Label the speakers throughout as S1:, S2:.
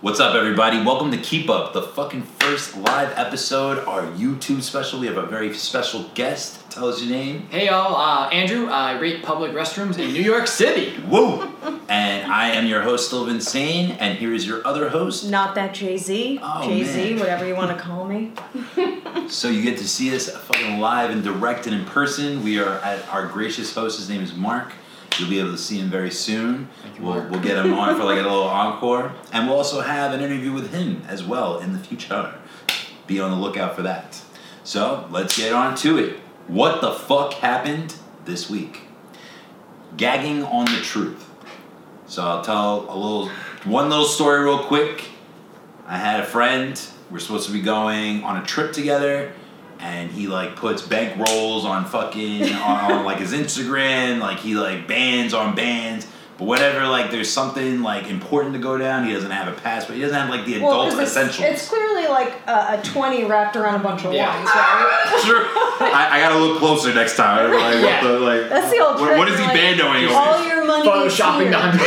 S1: What's up, everybody? Welcome to Keep Up, the fucking first live episode, our YouTube special. We have a very special guest. Tell us your name.
S2: Hey y'all, uh, Andrew. I rate public restrooms in New York City.
S1: Woo! and I am your host, Sylvan Sane, and here is your other host.
S3: Not that Jay Z.
S1: Oh,
S3: Jay Z,
S1: man.
S3: whatever you want to call me.
S1: So you get to see us fucking live and direct and in person. We are at our gracious host. His name is Mark. You'll be able to see him very soon.
S2: Thank you,
S1: we'll,
S2: Mark.
S1: we'll get him on for like a little encore, and we'll also have an interview with him as well in the future. Be on the lookout for that. So let's get on to it. What the fuck happened this week? Gagging on the truth. So I'll tell a little, one little story real quick. I had a friend. We're supposed to be going on a trip together, and he like puts bank rolls on fucking on, on like his Instagram. Like he like bands on bands, but whatever. Like there's something like important to go down. He doesn't have a passport. He doesn't have like the adult
S3: 'cause it's,
S1: essentials.
S3: it's clearly like a, a 20 wrapped around a bunch of
S2: Yeah.
S3: ones, right?
S1: Sure. I, I gotta look closer next time. Like,
S2: Yeah.
S1: what the, like,
S3: That's the old
S1: What-
S3: trick.
S1: what is he
S3: like,
S1: bandoing over?
S3: All your money is
S2: Photoshopping
S3: here.
S2: the hundred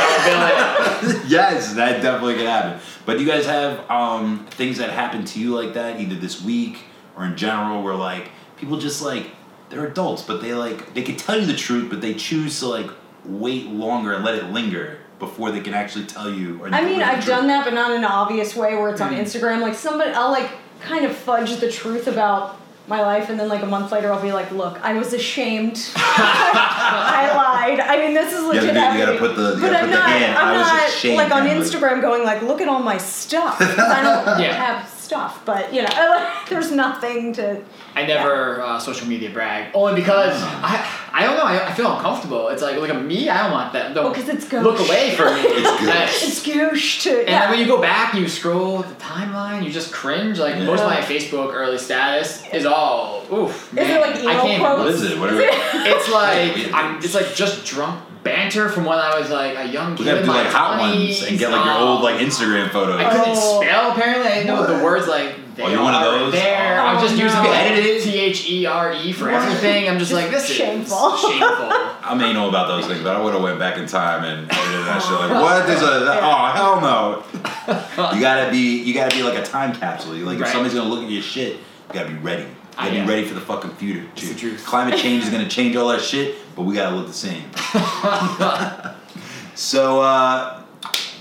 S2: dollar bill.
S1: yes, that definitely could happen. But do you guys have um, things that happen to you like that, either this week or in general, where like people just like they're adults, but they like they could tell you the truth, but they choose to like wait longer and let it linger before they can actually tell you. Or
S3: I mean,
S1: deliver the Mm.
S3: I've
S1: truth.
S3: done that, but not in an obvious way where it's on Instagram. Like, somebody, I'll like kind of fudge the truth about my life, and then like a month later, I'll be like, look, I was ashamed. I lied. I mean, this is
S1: gotta
S3: legit.
S1: do- you gotta
S3: happening.
S1: put the- you
S3: but
S1: gotta
S3: I'm
S1: put the
S3: not,
S1: hand,
S3: I'm
S1: I was
S3: not
S1: ashamed,
S3: like on
S1: and, like-
S3: Instagram going, like, look at all my stuff. 'cause I don't
S2: Yeah.
S3: have stuff, but you know, there's nothing to.
S2: I never uh, social media brag only because I I don't know I, I feel uncomfortable. It's like look at me. I don't want that. Don't
S3: Well, 'cause it's gauche.
S2: look away from me.
S1: It's gauche.
S2: Uh,
S3: It's gauche to.
S2: And then when you go back and you scroll the timeline, you just cringe. Like
S1: Yeah.
S2: most of my Facebook early status is all oof.
S3: Is it
S2: man,
S3: like
S2: I
S3: emo
S2: can't even
S3: quotes?
S1: What is it? What are we?
S2: It's like I'm. It's like just drunk banter from when I was like a young kid.
S1: We gotta
S2: in
S1: do
S2: my
S1: like hot ones
S2: 20s.
S1: and get like your
S2: Oh,
S1: old like Instagram photos.
S2: I couldn't
S3: Oh.
S2: spell apparently. I didn't know the words like. They
S1: Oh, you're one of
S2: are
S1: those?
S2: There, I'm
S3: Oh,
S2: just
S3: no.
S2: using
S3: You
S1: edited?
S2: T H E R E for everything. I'm just, like this
S3: Shameful.
S2: is shameful.
S1: I may know about those things, but I would have went back in time and edited that shit. Like, what? There's a oh hell no. you gotta be you gotta be like a time capsule. You like if
S2: Right.
S1: somebody's gonna look at your shit, you gotta be ready. You
S2: I
S1: gotta be
S2: am.
S1: ready for the fucking future.
S2: the
S1: too.
S2: truth.
S1: Climate change is gonna change all that shit, but we gotta look the same. so uh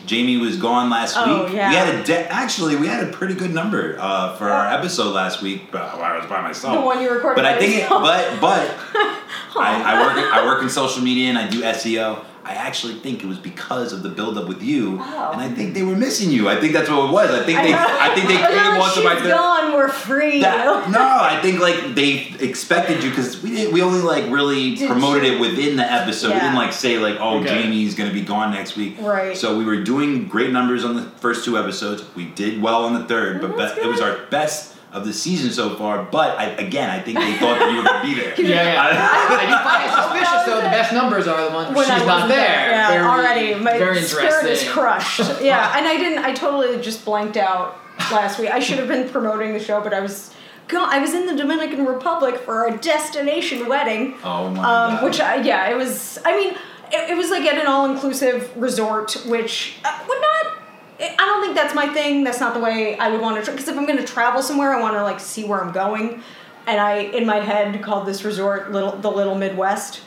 S1: Jamie was gone last
S3: Oh,
S1: week.
S3: yeah.
S1: We had a de- actually we had a pretty good number uh, for our episode last week, but I was by myself.
S3: The one you recorded
S1: But I
S3: by
S1: think it,
S3: yourself.
S1: but but I, I work I work in social media and I do SEO. I actually think it was because of the buildup with you,
S3: Oh.
S1: and I think they were missing you. I think that's what it was. I think they I think they
S3: But
S1: created
S3: now that
S1: one to
S3: she's
S1: my third.
S3: gone. We're free.
S1: That, no, I think like they expected you because we didn't. We only like really
S3: Did
S1: promoted
S3: you-
S1: it within the episode. We
S3: Yeah.
S1: didn't like say like, oh,
S2: Okay.
S1: Jamie's gonna be gone next week.
S3: Right.
S1: So we were doing great numbers on the first two episodes. We did well on the third, but
S3: that's
S1: be- it was
S3: good.
S1: our best of the season so far. But I, again, I think they thought that you were gonna be there.
S2: Yeah, yeah.
S1: I-
S2: I do find it suspicious though. The best numbers are the ones where
S3: when I
S2: she's
S3: wasn't
S2: not there.
S3: Yeah,
S2: Very-
S3: already my
S2: very
S3: spirit
S2: interesting.
S3: is crushed. yeah, and I didn't. I totally just blanked out last week. I should have been promoting the show, but I was. God, I was in the Dominican Republic for a destination wedding.
S1: Oh my
S3: um,
S1: God.
S3: Which I, yeah, it was. I mean, it, it was like at an all-inclusive resort, which uh, would not. I I don't think that's my thing. That's not the way I would want to. Because if I'm going to travel somewhere, I want to like see where I'm going. And I, in my head, called this resort little the Little Midwest.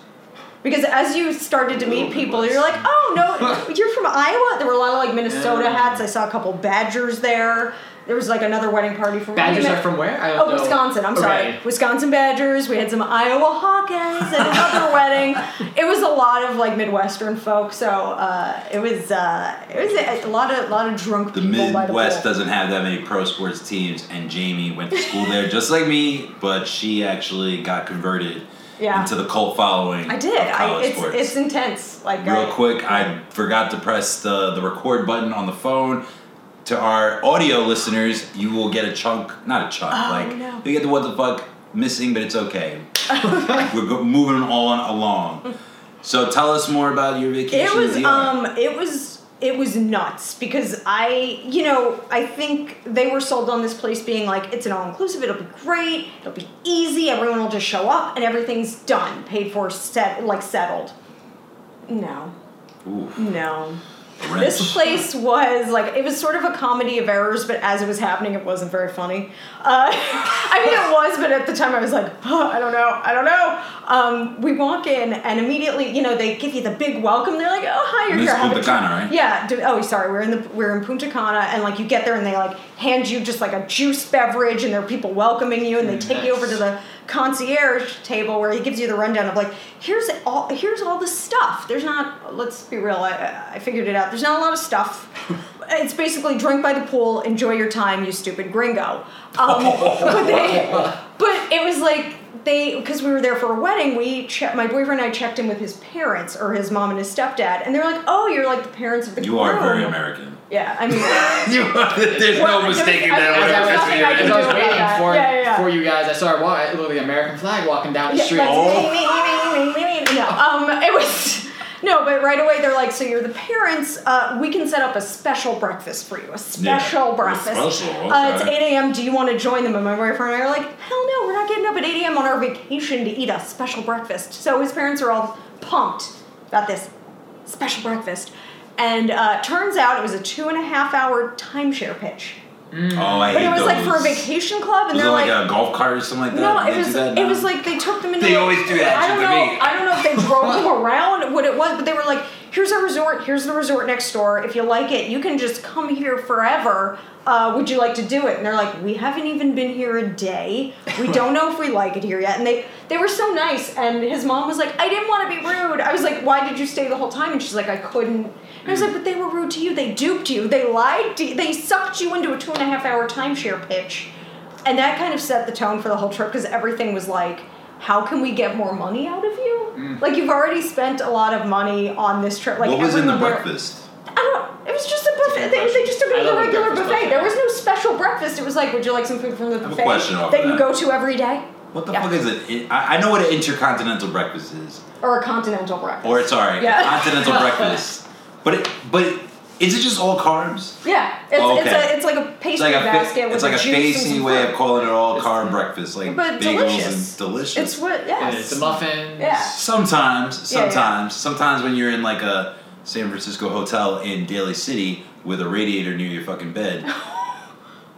S3: Because as you started to meet
S1: Little
S3: people,
S1: Midwest.
S3: you're like, oh no, you're from Iowa. There were a lot of like Minnesota
S2: Yeah.
S3: hats. I saw a couple Badgers there. There was like another wedding party from
S2: Badgers
S3: wait
S2: are
S3: a minute.
S2: from where? I don't
S3: Oh,
S2: know.
S3: Wisconsin. I'm sorry,
S2: Okay.
S3: Wisconsin Badgers. We had some Iowa Hawkeyes at another wedding. It was a lot of like Midwestern folk. So uh, it was uh, it was a, a lot of lot of drunk
S1: The
S3: people. by the
S1: Midwest
S3: pool.
S1: doesn't have that many pro sports teams, and Jamie went to school there just like me, but she actually got converted
S3: Yeah.
S1: into the cult following.
S3: I did.
S1: Of
S3: I,
S1: college
S3: it's
S1: sports.
S3: it's intense. Like
S1: Real
S3: I-
S1: quick, I forgot to press the, the record button on the phone. To our audio listeners, you will get a chunk, not a chunk,
S3: Oh,
S1: like
S3: no.
S1: you get the what the fuck missing, but it's okay. We're go- moving on along. So tell us more about your vacation.
S3: It
S1: to
S3: was
S1: Zealand.
S3: um it was it was nuts because I you know, I think they were sold on this place being like it's an all inclusive, it'll be great, it'll be easy, everyone will just show up and everything's done, paid for, set like settled. No.
S1: Ooh.
S3: No. This place was like it was sort of a comedy of errors, but as it was happening, it wasn't very funny. Uh, I mean, it was, but at the time, I was like, "Huh, I don't know, I don't know. Um, we walk in, and immediately, you know, they give you the big welcome. They're like, "Oh, hi, you're
S1: This
S3: here."
S1: is
S3: have a
S1: Punta
S3: chair."
S1: Cana, right?
S3: Yeah. do- oh, sorry, we're in the we're in Punta Cana, and like you get there, and they like hand you just like a juice beverage, and there are people welcoming you, and they take you over to
S2: Nice.
S3: the concierge table where he gives you the rundown of like here's all here's all the stuff there's not let's be real i, I figured it out there's not a lot of stuff it's basically drink by the pool enjoy your time you stupid gringo um, but, they, but it was like they because we were there for a wedding we che- my boyfriend and i checked in with his parents or his mom and his stepdad and they're like oh you're like the parents of the
S1: You are very
S3: groom."
S1: American.
S3: yeah i mean
S1: you are, there's
S3: Well, I
S1: no
S3: mean,
S1: mistaking
S3: I-
S1: that.
S3: I-
S1: one.
S3: I-
S1: That's
S3: I-
S1: what
S3: I-
S1: you're
S3: I-
S1: in.
S3: do
S2: was
S3: about
S2: waiting
S3: that.
S2: for,
S3: Yeah, yeah, yeah.
S2: for you guys. I saw wa- it looked like American flag walking down the
S3: Yeah,
S2: street.
S3: like,
S1: Oh.
S3: me, me, me, me, me, me. No, um, it was no, but right away they're like, so you're the parents. Uh, we can set up a special breakfast for you, a special
S1: Yeah,
S3: breakfast.
S1: special,
S3: Uh, it's
S1: okay.
S3: 8 a.m. Do you want to join them? And my boyfriend and I are like, hell no, we're not getting up at 8 a.m. on our vacation to eat a special breakfast. So his parents are all pumped about this special breakfast, and uh, turns out it was a two and a half hour timeshare pitch.
S1: Oh, I
S3: But
S1: hate
S3: it was like for a
S1: those.
S3: vacation club, and
S1: Was it
S3: they're
S1: like, a golf cart or something like that? Did
S3: no, it
S1: they do
S3: was
S1: that?
S3: it
S1: No.
S3: was like they took them into.
S1: They
S3: a-
S1: always do that
S3: I don't
S1: to
S3: know.
S1: me.
S3: I don't know if they drove them around, what it was, but they were like, "Here's our resort. Here's the resort next door. If you like it, you can just come here forever. Uh, would you like to do it?" And they're like, "We haven't even been here a day. We don't know if we like it here yet." And they they were so nice. And his mom was like, "I didn't want to be rude." I was like, "Why did you stay the whole time?" And she's like, "I couldn't." And I was like, "But they were rude to you. They duped you. They lied to you. They sucked you into a two and a half hour timeshare pitch." And that kind of set the tone for the whole trip because everything was like, how can we get more money out of you? Like you've already spent a lot of money on this trip. Like
S1: Mm. what was in the
S3: everyone-
S1: breakfast?
S3: I don't. It was just a buffet.
S2: good
S3: They, they
S2: question.
S3: just took it
S2: I
S3: to the
S2: love the
S3: regular
S2: breakfast
S3: buffet.
S2: buffet.
S3: There was no special breakfast. It was like, would you like some food from the
S1: have a
S3: buffet
S1: question off
S3: that
S1: of
S3: you
S1: that.
S3: go to every day,
S1: What the
S3: Yeah.
S1: fuck is it? It- I, I know what an intercontinental breakfast is,
S3: or a continental breakfast?
S1: or sorry,
S3: Yeah.
S1: a continental breakfast. But it, but is it just all carbs?
S3: yeah, it's,
S1: Oh, okay.
S3: it's a it's like a
S1: It's
S3: pastry
S1: like a fa-
S3: basket with
S1: it's like a
S3: juice and
S1: fancy
S3: some
S1: way
S3: fruit.
S1: of calling it all
S2: It's-
S1: carb breakfast, like
S3: But
S1: bagels
S3: delicious.
S1: and delicious.
S3: It's what yes.
S2: It's the muffins.
S3: Yeah.
S1: Sometimes,
S3: Yeah, yeah.
S1: sometimes, sometimes when you're in like a San Francisco hotel in Daly City with a radiator near your fucking bed.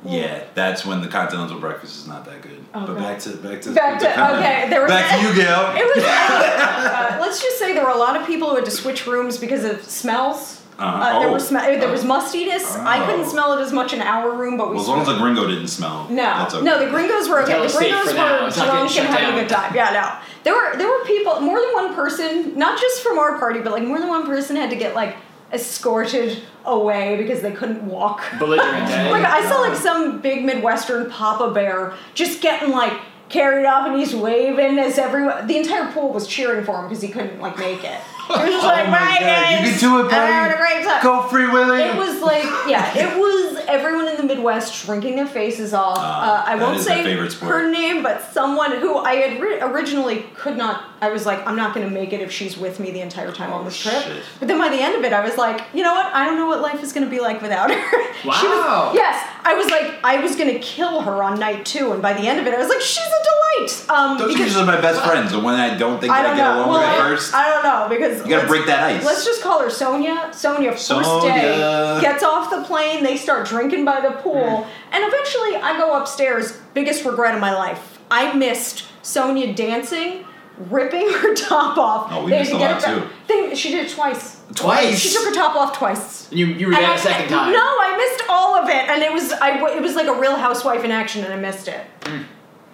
S1: yeah, that's when the continental breakfast is not that good.
S3: Oh,
S1: but
S3: God.
S1: back to back to
S3: Back to- okay, there was
S1: back to you, Gail.
S3: It was. uh, let's just say there were a lot of people who had to switch rooms because of smells.
S1: Uh-huh.
S3: Uh, there,
S1: Oh.
S3: were sm- uh, there was mustiness. I couldn't
S1: Oh.
S3: smell it as much in our room, but we.
S1: well, as long as
S3: switched-
S1: the gringo didn't smell.
S3: no,
S1: that's okay.
S3: no, the gringos were okay.
S2: Hotel
S3: The
S2: is safe
S3: gringos
S2: for now.
S3: were
S2: It's not getting
S3: drunk
S2: shut
S3: and having
S2: down.
S3: a good time. Yeah, no, there were there were people. More than one person, not just from our party, but like more than one person had to get like escorted away because they couldn't walk.
S2: Belligerent. eh?
S3: Like Oh I saw like some big Midwestern Papa Bear just getting like carried off and he's waving as everyone the entire pool was cheering for him because he couldn't like make it. He was just like,
S1: Oh my
S3: Bye
S1: God,
S3: guys,
S1: you can do it, buddy.
S3: I'm having a great time.
S1: Go free Willy.
S3: It was like yeah, it was everyone in the Midwest shrinking their faces off. Uh, I
S1: Ah, that
S3: won't
S1: is my
S3: say
S1: favorite sport.
S3: her name, but someone who I had ri originally could not. I was like, I'm not going to make it if she's with me the entire time on
S1: Oh,
S3: this trip.
S1: shit.
S3: But then by the end of it, I was like, you know what? I don't know what life is going to be like without her. She was-
S2: Wow.
S3: yes, I was like, I was going to kill her on night two, and by the end of it, I was like, she's a delight. Um,
S1: Those
S3: because
S1: bitches are my best friends. The one I don't think
S3: I
S1: that I
S3: don't
S1: get
S3: know.
S1: along
S3: well,
S1: with at
S3: I-
S1: first.
S3: I don't know because
S1: you gotta
S3: let's-
S1: break that ice.
S3: Let's just call her Sonia. Sonia, first
S1: Sonia.
S3: day, gets off the plane. They start drinking by the pool, and eventually I go upstairs. Biggest regret of my life. I missed Sonia dancing, ripping her top off.
S1: Oh, we
S3: They had
S1: missed
S3: to
S1: a
S3: get
S1: lot,
S3: it back.
S1: too.
S3: They, she did it twice.
S2: Twice?
S3: She took her top off twice.
S2: You you were
S3: And
S2: there
S3: I-
S2: a second time.
S3: No, I missed all of it, and it was I. w- It was like a Real Housewife in action, and I missed it.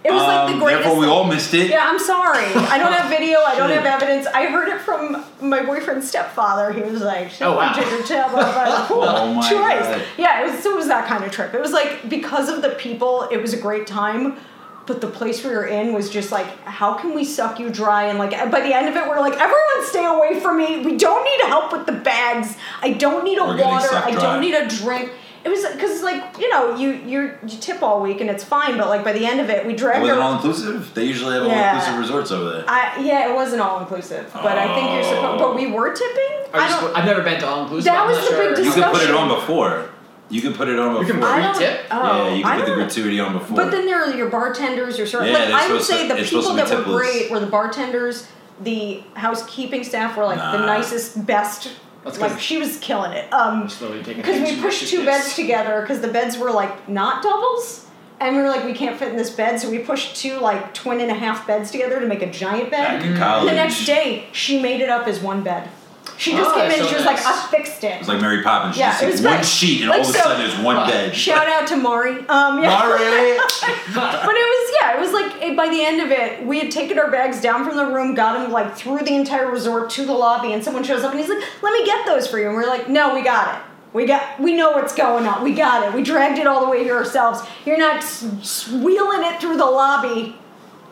S3: It was like
S1: Hmm.
S3: the
S1: Um,
S3: greatest.
S1: Therefore, we all missed it.
S3: Yeah, I'm sorry. I don't have video. I don't have evidence. I heard it from my boyfriend's stepfather. He was like,
S2: Oh, wow.
S3: "Did your tab up by the pool
S1: Oh, my
S3: twice."
S1: God.
S3: Yeah, it was. So it was that kind of trip. It was like because of the people, it was a great time. But the place we were in was just like, how can we suck you dry? And like by the end of it, we're like, everyone stay away from me. We don't need help with the bags. I don't need a
S1: We're getting
S3: water.
S1: sucked
S3: I
S1: dry.
S3: don't need a drink. It was because like you know you you're, you tip all week and it's fine, but like by the end of it, we dragged
S1: It wasn't
S3: her-
S1: all inclusive. They usually have
S3: Yeah.
S1: all inclusive resorts over there.
S3: I, yeah, it wasn't all inclusive, but I think you're supposed. But we were tipping.
S2: Or
S3: I
S2: just-
S3: don't.
S2: I've never been to all inclusive.
S3: That
S2: I'm
S3: was
S2: not
S3: the
S2: sure.
S3: big
S1: you could put it
S3: discussion.
S1: on before. You could put it on
S2: You can
S1: before.
S3: I
S2: free
S3: don't.
S2: tip?
S3: Oh,
S1: yeah, you
S3: I
S1: can put the
S3: don't-
S1: gratuity on before.
S3: But then there are your bartenders, your servers.
S1: Yeah,
S3: like
S1: they're
S3: I would
S1: supposed
S3: say
S1: to-
S3: the
S1: it's
S3: people
S1: supposed to
S3: that
S1: be
S3: were
S1: tipless.
S3: great were the bartenders, the housekeeping staff were like the
S1: Nah.
S3: nicest, best.
S2: That's
S3: like
S2: 'cause-
S3: she was killing it. Um,
S2: I'm slowly taking
S3: because
S2: things
S3: we
S2: from
S3: pushed
S2: shift
S3: two
S2: days.
S3: beds together because the beds were like not doubles and we were like we can't fit in this bed so we pushed two like twin and a half beds together to make a giant
S1: Back
S3: bed
S1: in college.
S3: the next day she made it up as one bed she just
S2: Oh,
S3: came in
S2: so
S3: and she was
S2: nice.
S3: like i fixed it
S1: Ah, It was like Mary Poppins. She
S3: Yeah,
S1: just
S3: it
S1: took
S3: was
S1: one
S3: great.
S1: sheet and
S3: Like,
S1: all of a
S3: so-
S1: sudden there's one
S2: Wow.
S1: bed.
S3: shout out to mari um, yeah.
S1: Mari!
S3: but it was yeah it was like it, by the end of it we had taken our bags down from the room got them like through the entire resort to the lobby and someone shows up and he's like let me get those for you and we're like no we got it we got we know what's going on we got it we dragged it all the way here ourselves you're not s- s- wheeling it through the lobby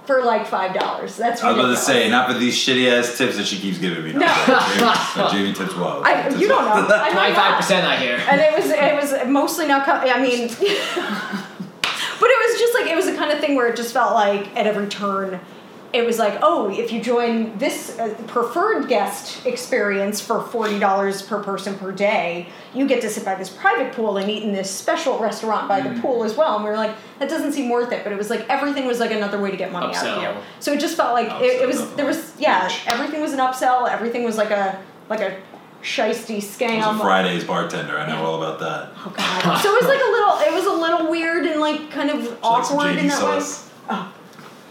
S3: for like five dollars that's
S1: I was about to
S3: ridiculous.
S1: say, not for these shitty ass tips that she keeps giving me.
S3: No.
S1: Jamie, Jamie tips wild.
S3: I,
S1: Tips
S3: you don't
S1: wild.
S3: know I might not.
S2: 25% I hear.
S3: and it was it was mostly not. Co- I mean, but it was just like it was the kind of thing where it just felt like at every turn, it was like, oh, if you join this uh, preferred guest experience for forty dollars per person per day, you get to sit by this private pool and eat in this special restaurant by the pool as well. And we were like, that doesn't seem worth it. But it was like everything was like another way to get money out
S2: Upsell.
S3: of you. So it just felt like it,
S1: Upsell,
S3: it was there was yeah
S1: definitely.
S3: everything was an upsell. Everything was like a like a shisty scam.
S1: I was a Friday's bartender. I know all about that.
S3: Oh god. so it was like a little it was a little weird and like kind of
S1: like some
S3: awkward
S1: JD
S3: in that
S1: sauce.
S3: way. Oh.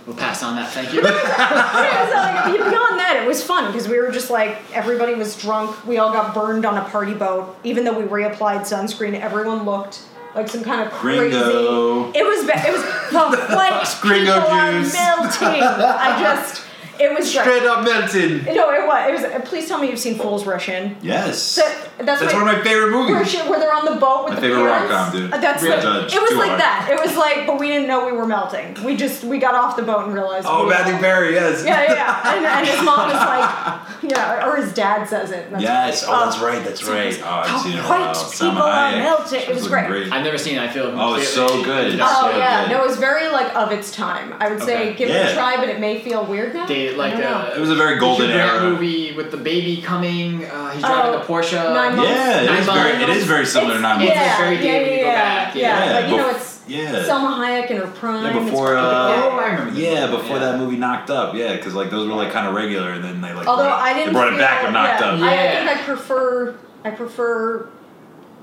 S2: We'll pass on that, thank you.
S3: But it was like, beyond that, it was fun because we were just like everybody was drunk. We all got burned on a party boat, even though we reapplied sunscreen. Everyone looked like some kind of crazy.
S1: Gringo.
S3: It was ba- it was the white
S1: Gringo
S3: people are
S1: juice.
S3: melting. I just it was great.
S1: Straight up melting.
S3: No, it was. It was. Please tell me you've seen Fools Rush In.
S1: Yes.
S3: That- that's my-
S1: one of my favorite
S3: Where,
S1: movies.
S3: she, where they're on the boat with
S1: My
S3: the
S1: favorite
S3: parents.
S1: rom-com, dude.
S3: Uh, That's
S2: Real
S3: the-
S1: Judge,
S3: It was
S1: too
S3: like
S1: hard.
S3: that. It was like, but we didn't know we were melting. We just we got off the boat and realized.
S1: Oh,
S3: we
S1: Matthew
S3: Were,
S1: Perry, yes.
S3: yeah, yeah, yeah. And, and his mom was like, yeah, or his dad says it. and that's- Um,
S1: Yes. Oh, that's right. That's
S3: so it
S1: right.
S3: was,
S1: Oh, I've
S3: how
S1: seen it. in a
S3: white
S1: while. Salma
S3: people are
S1: Hayek.
S3: melted. It
S1: She
S3: was
S1: looking
S3: great.
S2: I've never seen it, I feel
S1: Oh, it's so
S2: completely-
S1: good.
S2: Yeah.
S3: Oh
S1: So
S3: yeah,
S1: good.
S3: no, it was very like of its time. I would say
S2: Okay.
S3: give it
S1: Yeah.
S3: a try, but it may feel weird now.
S2: They
S3: I
S2: like
S3: don't know.
S2: uh,
S1: It was a very golden
S2: Hugh Grant
S1: era.
S2: movie with the baby coming. Uh, he's driving
S3: Oh,
S2: the Porsche.
S3: Nine Months.
S1: Yeah, it
S2: Nine
S1: is very, it
S2: Months.
S1: is very similar to Nine
S3: yeah,
S1: Months.
S2: It's
S3: yeah,
S2: very
S3: yeah,
S2: dated, you go
S3: yeah,
S2: back,
S3: yeah,
S2: yeah.
S3: But you know,
S1: bef-
S3: it's
S1: yeah.
S3: Selma Hayek in her prime.
S1: Yeah,
S3: it's
S1: before,
S3: perfect.
S1: uh,
S2: Oh, I remember.
S1: Yeah,
S2: that.
S1: before that movie Knocked Up, yeah, because like those were like kind of regular, and then they like
S3: Although
S1: brought, it-
S3: I didn't.
S1: they brought it
S3: feel-
S1: back and Knocked
S3: yeah,
S1: Up.
S3: I, I
S2: Yeah.
S3: think I prefer. I prefer.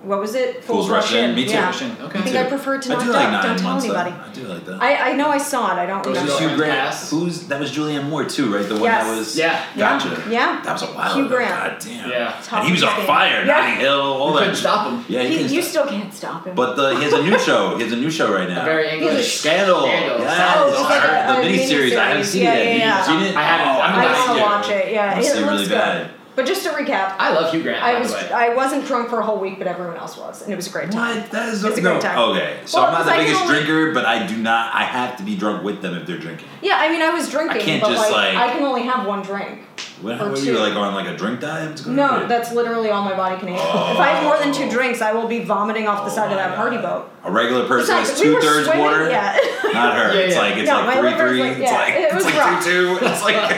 S3: What was it?
S1: Fools Rush In. Me too.
S3: Yeah.
S1: Rush
S2: In. Okay.
S3: I think
S2: Me
S3: I
S1: too.
S3: prefer to
S1: I
S3: Knocked
S1: do like
S3: Up.
S1: Nine
S3: Don't tell
S1: Months, though.
S3: anybody.
S1: I do like that.
S3: I, I know I saw it. I don't
S2: Those
S1: It was
S3: remember.
S1: Hugh Grant.
S2: Pass.
S1: Who's that? Was Julianne Moore too, right? The one that
S3: Yes.
S1: was
S2: Yeah.
S1: Gotcha.
S3: Yeah.
S1: That was a while
S3: Hugh
S1: ago.
S3: Grant.
S1: God damn.
S2: Yeah.
S1: And he was on
S3: Top of his
S1: fire.
S3: game. Yeah.
S1: Notting Hill. All
S2: You couldn't
S1: that.
S2: stop him.
S1: Yeah, he
S3: He,
S1: couldn't
S3: you
S1: stop.
S3: still can't stop him.
S1: But the, he has a new show. He has a new show right now.
S2: A very
S3: He's a
S2: English
S1: Scandal.
S2: Scandal.
S1: Yes.
S3: Oh, it's
S1: I
S3: like
S1: heard
S3: a-
S1: the
S3: a
S1: miniseries. I haven't
S3: miniseries.
S1: seen
S3: Yeah,
S1: it.
S3: yeah, yeah.
S1: Have you seen it?
S2: I haven't.
S1: Oh,
S2: I'm
S1: I
S3: I
S2: not
S1: haven't
S3: want
S2: seen
S1: seen
S2: it.
S3: to watch it. Yeah,
S1: Must
S3: it
S1: be
S3: looks
S1: really
S3: good.
S1: bad. Ah,
S3: But just to recap,
S2: I love Hugh Grant.
S3: I
S2: by
S3: was
S2: the way.
S3: I wasn't drunk for a whole week, but everyone else was, and it was a great time.
S1: What? That is
S3: It's a
S1: no.
S3: great time.
S1: Okay, so
S3: Well,
S1: I'm not
S3: because
S1: the
S3: I can
S1: biggest
S3: only-
S1: drinker, but I do not. I have to be drunk with them if they're drinking.
S3: Yeah, I mean, I was drinking,
S1: can't
S3: but
S1: just, like-
S3: I can only have one drink.
S1: When
S3: Or
S1: were you
S3: two.
S1: like on like a drink diet? It's gonna
S3: No,
S1: be-
S3: that's literally all my body can handle. If I have more than two
S1: Oh.
S3: drinks, I will be vomiting off
S1: Oh
S3: the side of
S1: my
S3: that party
S1: God.
S3: boat.
S1: A regular person
S3: Besides,
S1: has
S3: we
S1: two
S3: were
S1: thirds
S3: swimming-
S1: water.
S3: Yeah.
S1: Not her.
S2: Yeah,
S1: It's
S2: yeah.
S1: like it's
S3: No,
S1: like
S3: my
S1: three
S3: liver's
S1: three.
S3: like-
S1: it's
S3: yeah,
S1: like
S3: it
S1: it's
S3: was
S1: like
S3: rough.
S1: two two. It's like.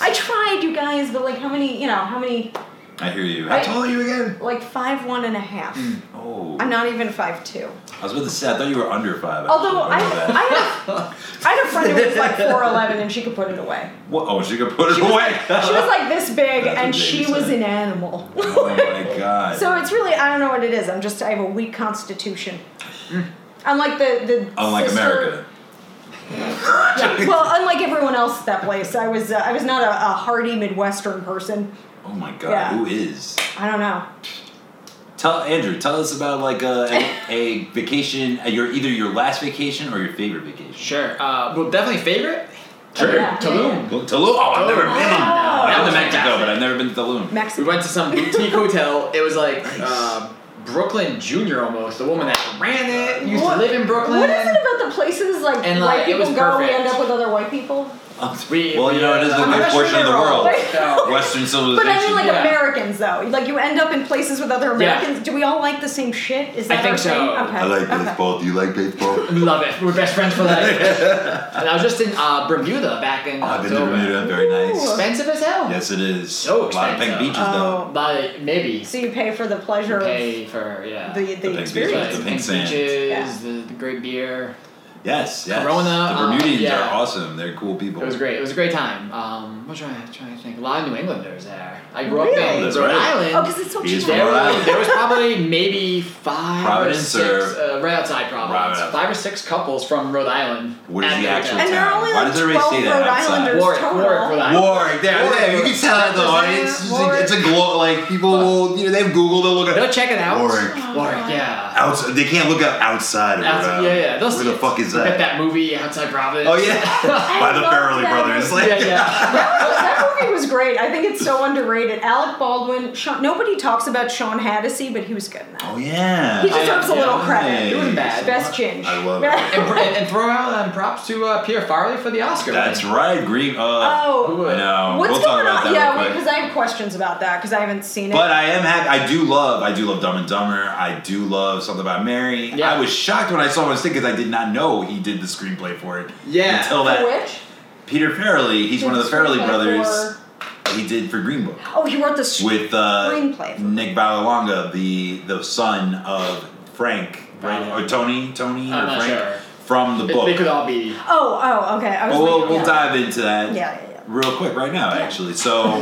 S3: I tried, you guys, but like how many? You know, how many?
S1: I hear you. How
S3: I-
S1: tall are you again?
S3: Like five one and a half.
S1: Oh,
S3: I'm not even five two.
S1: I was about to say I thought you were under five.
S3: Although I, I
S1: actually. Remember that.
S3: had, a, I had a friend who was like four eleven, and she could put it away.
S1: What? Oh, she could put it
S3: She was,
S1: away.
S3: like, she was like this big,
S1: That's
S3: and
S1: what
S3: she
S1: Jamie
S3: was
S1: said.
S3: an animal.
S1: oh my god.
S3: So it's really I don't know what it is. I'm just I have a weak constitution. Unlike the the
S1: Hmm. Unlike
S3: sister-
S1: America.
S3: Yeah, well, unlike everyone else at that place, I was uh, I was not a, a hardy Midwestern person.
S1: Oh my god.
S3: Yeah.
S1: Who is?
S3: I don't know.
S1: Tell Andrew, tell us about like a, a, a vacation, uh, your either your last vacation or your favorite vacation.
S2: Sure. Uh, well, definitely favorite.
S1: Sure.
S3: Yeah.
S2: Tulum.
S1: Well, Tulum. Oh, I've never been.
S2: Oh.
S1: I've been to
S2: Oh.
S1: Mexico, but I've never been to Tulum.
S3: Mexico.
S2: We went to some boutique hotel. It was like uh, Brooklyn Junior almost. The woman that ran it used
S3: What-
S2: to live in Brooklyn.
S3: What is it about the places like
S2: And,
S3: white
S2: like, it
S3: people
S2: was
S3: go, we
S2: perfect.
S3: end up with other white people?
S1: Oh,
S2: We-
S1: well, you
S2: we,
S1: know it is the
S2: uh,
S1: good
S2: I'm not
S1: portion
S2: sure
S1: of the
S2: they're
S1: world,
S3: Like-
S2: So-
S1: Western
S3: But
S1: civilization.
S3: I mean, like
S2: Yeah.
S3: Americans though. Like you end up in places with other
S2: Yeah.
S3: Americans. Do we all like the same shit? Is
S2: I
S3: that
S2: think
S3: our
S2: so.
S3: thing? Okay.
S1: I like
S3: okay.
S1: baseball. Do you like baseball?
S2: Love it. We're best friends for life. and I was just in uh, Bermuda back in
S1: I've been to
S2: October.
S1: Ah, Bermuda. Very nice.
S3: Ooh.
S2: Expensive as hell.
S1: Yes, it is.
S2: So
S1: a lot of pink
S2: expensive.
S1: beaches
S3: Oh.
S1: though.
S2: But maybe
S3: So you pay for the pleasure
S2: pay for yeah.
S3: of the the,
S1: big
S3: experience.
S1: The pink sand.
S2: beaches,
S3: Yeah.
S2: the, the great beer.
S1: Yes, yes.
S2: Corona,
S1: the Bermudians
S2: uh, yeah.
S1: are awesome. They're cool people.
S2: It was great. It was a great time. Um, I'm trying, trying to think. A lot of New Englanders there. I grew
S3: Really?
S2: up in
S1: That's
S2: Rhode
S1: right.
S2: Island.
S3: Oh, because it's so
S1: He's
S3: cheap.
S1: from
S2: there,
S1: Rhode
S3: Right.
S2: was,
S1: Island.
S2: there was probably maybe five
S1: Providence
S2: or six,
S1: or-
S2: uh, right outside Providence.
S1: Providence.
S2: Five or six couples from Rhode Island.
S1: Where's
S2: at
S1: the
S2: their
S1: actual
S2: hotel.
S3: And there are
S1: town?
S3: only
S1: Why
S3: like
S1: does everybody
S3: 12
S1: say that
S3: Rhode
S1: outside?
S3: Islanders
S2: Warwick,
S3: total.
S2: Warwick, Rhode Island.
S1: Warwick, there, there. You can tell that the
S2: Warwick.
S1: audience. It's a, it's a glow. Like people will, you know, they've Googled. They'll look
S2: They'll
S1: at
S2: check it out.
S1: Warwick.
S3: Oh,
S2: Warwick, yeah.
S1: outside. They can't look up outside of Rhode
S2: Outside-
S1: Island.
S2: yeah, yeah. They'll
S1: Where
S2: see
S1: the
S2: it.
S1: fuck is
S2: Look
S1: that?
S2: at that movie outside Providence?
S1: Oh yeah,
S3: I
S1: by the
S3: love
S1: Farrelly
S3: that
S1: brothers.
S3: movie.
S1: Like,
S2: yeah, yeah.
S3: that movie was great. I think it's so underrated. Alec Baldwin. Sean, nobody talks about Sean Hattie, but he was good in that.
S1: Oh yeah.
S3: He just deserves a little
S2: yeah.
S3: credit.
S2: It wasn't bad.
S3: Best ginge.
S1: I love
S2: and,
S1: it.
S2: pr- and, and throw out um, props to uh, Pierre Farley for the Oscar.
S1: That's
S2: win.
S1: right, Green. Uh,
S3: oh,
S2: Who
S1: I
S2: would-
S1: know.
S3: what's
S1: we'll
S3: going
S1: talk about
S3: on?
S1: that
S3: yeah,
S1: real
S3: wait,
S1: quick.
S3: because I have questions about that because I haven't seen it.
S1: But I am happy. I do love. I do love Dumb and Dumber. I do love something about Mary.
S2: Yeah.
S1: I was shocked when I saw him on stick because I did not know he did the screenplay for it.
S2: Yeah.
S1: Until
S3: For
S1: that
S3: which?
S1: Peter Farrelly. He's
S3: Oh, Did
S1: one of the
S3: the
S1: Farrelly
S3: screenplay
S1: brothers. He did for Green Book
S3: Oh, he wrote the sh-
S1: with uh,
S3: Screenplay for-
S1: Nick Balawanga, the the son of Frank, right?
S2: Balawanga.
S1: Or Tony, Tony,
S2: I'm
S1: or
S2: not
S1: Frank
S2: sure.
S1: from the
S2: They-
S1: book.
S2: They could all be.
S3: Oh, oh, okay. I was
S1: Well,
S3: like,
S1: we'll, we'll
S3: yeah.
S1: dive into that
S3: Yeah, yeah, yeah.
S1: real quick right now, actually. So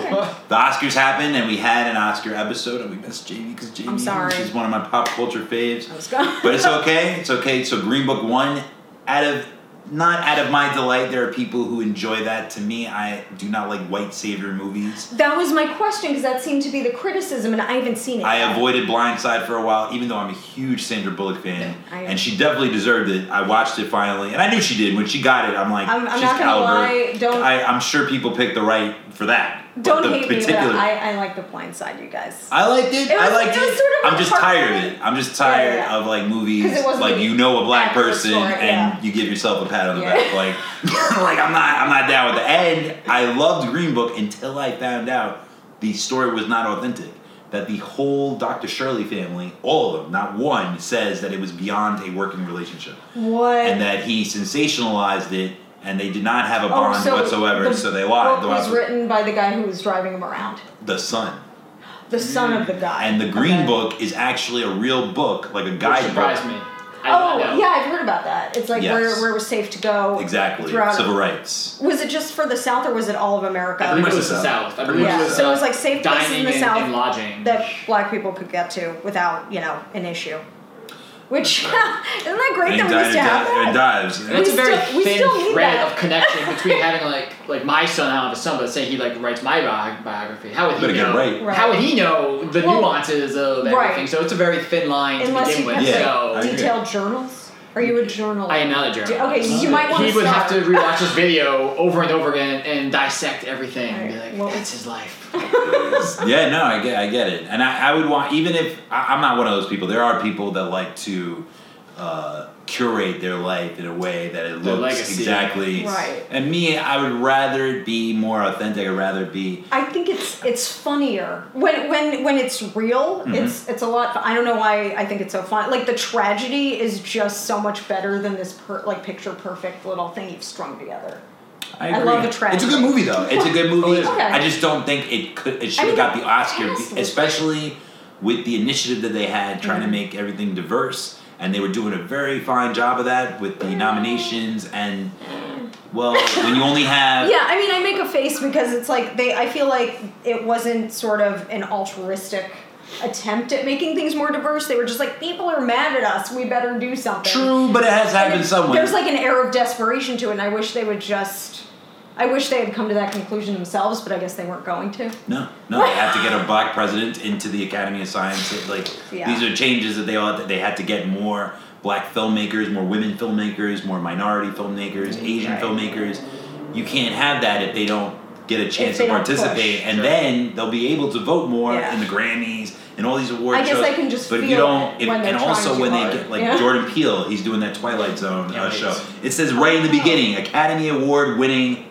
S1: the Oscars happened, and we had an Oscar episode, and we missed Jamie because Jamie
S3: sorry. Oh.
S1: is one of my pop culture faves.
S3: I was going.
S1: But it's okay. It's okay. So Green Book won. Out of not out of my delight, there are people who enjoy that. To me, I do not like white savior movies.
S3: That was my question because that seemed to be the criticism, and I haven't seen it.
S1: I
S3: yet.
S1: avoided Blindside for a while, even though I'm a huge Sandra Bullock fan,
S3: Yeah, I-
S1: and she definitely deserved it. I watched it finally, and I knew she did when she got it. I'm like,
S3: I'm- I'm
S1: she's
S3: not
S1: caliber.
S3: gonna lie, don't-
S1: I, I'm sure people picked the right for that. but
S3: Don't
S1: the
S3: hate me,
S1: particular,
S3: but I, I like The Blind Side, you guys.
S1: I liked it.
S3: It was-
S1: I liked
S3: it
S1: it.
S3: was sort of
S1: I'm
S3: a
S1: just
S3: part-
S1: tired of it. I'm just
S3: Yeah, yeah,
S1: tired
S3: yeah.
S1: of like movies.
S3: 'Cause it wasn't
S1: Like
S3: the
S1: you know a black
S3: accurate
S1: person
S3: story, yeah.
S1: and you give yourself a pat on the
S3: Yeah.
S1: back. Like like I'm not I'm not down with it. And I loved Green Book until I found out the story was not authentic. That the whole Dr. Shirley family, all of them, not one, says that it was beyond a working relationship.
S3: What?
S1: And that he sensationalized it and they did not have a
S3: Oh,
S1: bond
S3: so
S1: whatsoever,
S3: the
S1: so they lied.
S3: book
S1: The-
S3: was written by the guy who was driving him around,
S1: the son.
S3: the son of the guy.
S1: Mm. And the Green
S3: Okay.
S1: Book is actually a real book, like a
S2: Which
S1: guidebook.
S2: surprised me. I,
S3: Oh
S2: I know.
S3: yeah, I've heard about that. It's like
S1: Yes.
S3: where where it was safe to go.
S1: Exactly.
S3: Throughout.
S1: Civil rights.
S3: was it just for the South or was it all of America?
S2: I believe
S1: much
S2: it was
S1: the
S2: the
S1: South.
S2: South. I
S1: Pretty
S2: believe
S1: much
S2: it
S1: the
S2: was
S1: South.
S3: so it was like safe places
S2: dining
S3: in the
S2: and,
S3: South
S2: and lodging.
S3: that black people could get to without you know an issue. Which isn't that great that we used to have
S1: di-
S3: that?
S1: and dives.
S2: And That's
S3: We
S2: a very
S3: still- we
S2: thin
S3: still need
S2: thread
S3: that.
S2: of connection between having like like my son, I don't have a son, but say he like writes my bi- biography. How would
S1: Better
S2: he
S1: get it
S2: know?
S1: right.
S3: Right.
S2: How would he know the
S3: Well,
S2: nuances of everything?
S3: right.
S2: So it's a very thin line to
S3: Unless
S2: begin
S3: you
S2: with.
S3: have
S1: Yeah. I
S2: So
S1: agree.
S3: detailed journals. Are you a journalist?
S2: I am not a journalist.
S3: Okay, you might want
S2: He
S3: to
S2: would have
S3: start.
S2: to rewatch this video over and over again and dissect everything. and Be
S3: Right.
S2: like,
S3: Well,
S2: that's his life.
S1: yeah, no, I get, I get it, and I, I would want, even if I, I'm not one of those people. There are people that like to uh, curate their life in a way that it
S2: Their
S1: looks
S2: legacy.
S1: exactly.
S3: Right.
S1: And me, I would rather it be more authentic. I'd rather it be.
S3: I think it's it's funnier when when when it's real. It's it's a lot. I don't know why I think it's so fun. Like the tragedy is just so much better than this per, like picture perfect little thing you've strung together.
S1: I,
S3: I
S1: agree.
S3: love a tragedy.
S1: It's a good movie though. It's a good movie.
S3: Okay.
S1: I just don't think it could. It should
S3: I
S1: have
S3: mean,
S1: got the Oscar,
S3: it has to
S1: be- especially with the initiative that they had trying
S3: Mm-hmm.
S1: to make everything diverse, and they were doing a very fine job of that with
S3: Mm.
S1: the nominations and. Well, when you only have
S3: Yeah, I mean, I make a face because it's like they. I feel like it wasn't sort of an altruistic attempt at making things more diverse. They were just like people are mad at us. We better do something.
S1: true, but it has
S3: And
S1: happened
S3: it-
S1: somewhere.
S3: There's like an air of desperation to it, and I wish they would just. I wish they had come to that conclusion themselves, but I guess they weren't going to.
S1: No, no, they had to get a black president into the Academy of Science. It, like
S3: Yeah.
S1: these are changes that they all they had to get more black filmmakers, more women filmmakers, more minority filmmakers, Asian
S3: Mm-hmm. Right.
S1: filmmakers. You can't have that if they don't get a chance
S3: they
S1: to
S3: don't
S1: participate,
S3: push.
S1: and
S2: Sure.
S1: then they'll be able to vote more
S3: Yeah.
S1: in the Grammys and all these award
S3: I guess
S1: shows.
S3: I can just
S1: but you
S3: feel
S1: don't,
S3: it when they're
S1: and
S3: trying
S1: also
S3: too
S1: when
S3: hard.
S1: they get like
S3: Yeah.
S1: Jordan Peele, he's doing that Twilight Zone
S2: Yeah,
S1: uh,
S2: right.
S1: show. It says right in the beginning, Academy Award winning.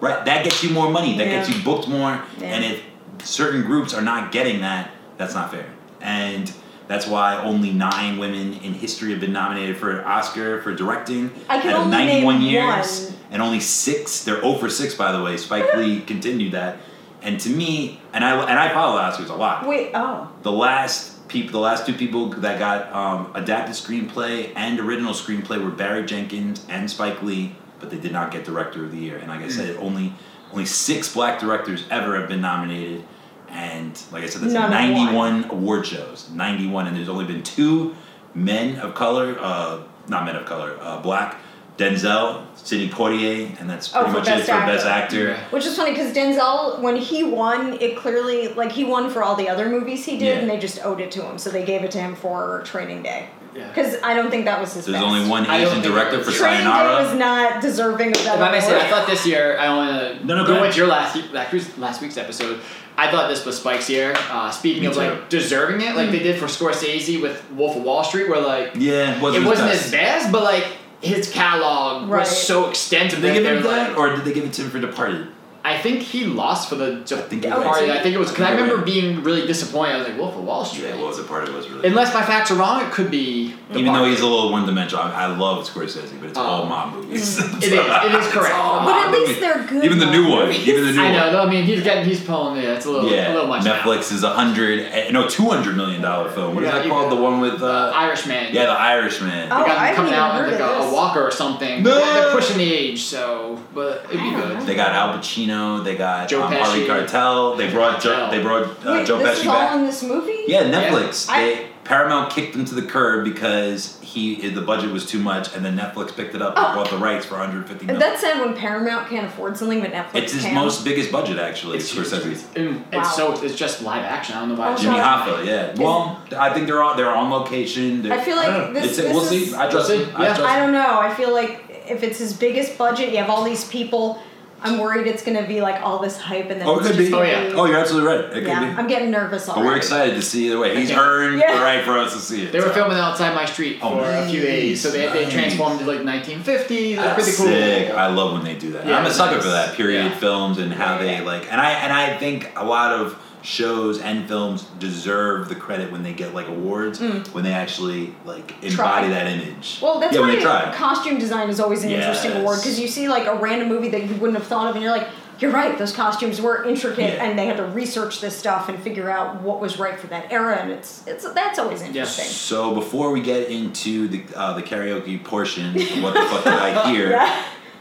S1: Right, that gets you more money. That gets
S3: Yeah.
S1: you booked more
S3: Yeah.
S1: and if certain groups are not getting that that's not fair and that's why only nine women in history have been nominated for an oscar for directing
S3: I can
S1: out of
S3: only
S1: 91
S3: name
S1: years
S3: one.
S1: and only six they're 0 for 6 by the way spike lee continued that and to me and i and i follow the oscars a lot
S3: Wait, oh.
S1: the last people, the last two people that got um, adapted screenplay and original screenplay were Barry Jenkins and Spike Lee, but they did not get director of the year. And
S3: Hmm.
S1: like I said, only only six black directors ever have been nominated. And like I said, that's
S3: None won.
S1: 91 award shows, 91, and there's only been two men of color, uh, not men of color, uh, black. Denzel, Sidney Poitier, and that's
S3: Oh,
S1: pretty
S3: for
S1: much it
S3: Best
S1: for Best
S2: Actor.
S1: Actor.
S2: Yeah.
S3: Which is funny because Denzel, when he won, it clearly like he won for all the other movies he did,
S1: Yeah.
S3: and they just owed it to him, so they gave it to him for Training Day.
S2: Yeah.
S3: Because I don't think that was his.
S1: There's
S3: best.
S1: only one
S2: I don't
S1: Asian
S2: think
S1: director
S2: it
S1: for
S2: was.
S3: Training Day was
S1: Sayonara.
S3: not deserving of that.
S2: If I may say, I
S3: award.
S2: thought this year I want to
S1: No, no, go
S2: go
S1: ahead.
S2: with your last that cruise- last week's episode. I thought this was Spike's year. Uh, speaking
S1: Me
S2: of
S1: too. Mm.
S2: like deserving it, like they did for Scorsese with Wolf of Wall Street, where like
S1: Yeah, wasn't his
S2: it wasn't
S1: best.
S2: his best, but like his catalog
S3: Right.
S2: was so extensive
S1: Did they
S2: that
S1: give
S2: they're
S1: him that,
S2: like,
S1: or did they give it to him for Departed?
S2: I think he lost for the
S1: I think
S3: you're right.
S2: party. I think it was because I
S1: You're
S2: remember
S1: right.
S2: being really disappointed. I was like, Wolf of Wall Street.
S1: Yeah, well, Departed was really.
S2: Unless my facts are wrong, it could be. The
S1: even though
S2: Party.
S1: he's a little one-dimensional, I, I love Scorsese, but it's all
S2: Oh.
S1: mob movies.
S2: It is. It is correct.
S3: But at least they're good.
S1: even the new
S3: movies.
S1: one, even the new
S2: I know.
S1: one.
S2: Though, I mean, he's getting. He's pulling. Yeah, it's a little.
S1: yeah,
S2: A little much. now.
S1: Netflix is a hundred, eh, no, two hundred million dollar film. What is
S2: Yeah,
S1: that
S2: you-
S1: called? The one with
S2: The
S1: uh,
S2: Irishman.
S1: yeah, The Irishman.
S3: Oh,
S2: They got
S3: I
S2: him
S3: haven't
S2: coming
S3: even
S2: out
S3: heard
S2: with like
S3: of
S2: a,
S3: this.
S2: a walker or something.
S1: No.
S2: They're pushing the age, so but it'd be
S3: I don't
S2: good.
S1: They got Al Pacino. They got
S2: Joe
S1: um, Harvey
S2: Pesci.
S1: Cartel. They brought Joe,
S2: Cartel.
S1: they brought uh,
S3: Wait,
S1: Joe
S3: this
S1: Pesci
S3: is all
S1: back.
S3: in this movie.
S1: Yeah, Netflix.
S3: Yeah.
S1: They, Paramount kicked them to the curb because he the budget was too much, and then Netflix picked it up and
S3: Oh.
S1: bought the rights for 150 million.
S3: That's sad when Paramount can't afford something, but Netflix
S1: it's his
S3: can.
S1: most biggest budget actually.
S2: It's
S1: for some
S2: huge.
S1: reason.
S2: Mm,
S3: Wow.
S2: It's so it's just live action. I don't know why.
S3: Oh,
S2: it's
S1: Jimmy
S3: Sorry.
S1: Hoffa, yeah. Well, I think they're on they're on location. They're,
S3: I feel like
S1: don't know.
S3: this-
S1: It's- we'll
S3: this is-
S1: see. I trust
S2: We'll see.
S1: him. I
S2: Yeah.
S1: trust
S3: I
S1: him.
S3: don't know. I feel like if it's his biggest budget, you have all these people. I'm worried it's going to be like all this hype and then
S1: Oh, it
S3: it's
S1: could
S3: just
S1: be.
S2: Oh,
S3: gonna
S2: yeah.
S3: be-
S1: Oh, you're absolutely right. It could
S3: yeah.
S1: be.
S3: I'm getting nervous
S1: But
S3: already.
S1: we're excited to see either way. He's earned
S3: Yeah.
S1: the right for us to see it.
S2: They were
S1: so.
S2: filming outside my street
S1: Oh,
S2: for a few
S1: nice,
S2: days, so they, they
S1: nice.
S2: transformed to like 1950s. They're
S1: That's
S2: pretty cool.
S1: sick. I love when they do that.
S2: Yeah,
S1: I'm a
S2: it's
S1: sucker
S2: nice.
S1: for that period
S2: Yeah.
S1: films and how they
S3: Yeah.
S1: like. And I and I think a lot of shows and films deserve the credit when they get like awards when they actually like embody
S3: Mm. Try.
S1: that image.
S3: Well, that's
S1: yeah, when
S3: why
S1: they try.
S3: costume design is always an interesting award
S1: Yes.
S3: because you see like a random movie that you wouldn't have thought of, and you're like, "You're right. Those costumes were intricate,
S1: Yeah.
S3: and they had to research this stuff and figure out what was right for that era." And it's it's that's always interesting.
S1: So before we get into the uh, the karaoke portion, of what the fuck did I hear?
S3: Yeah.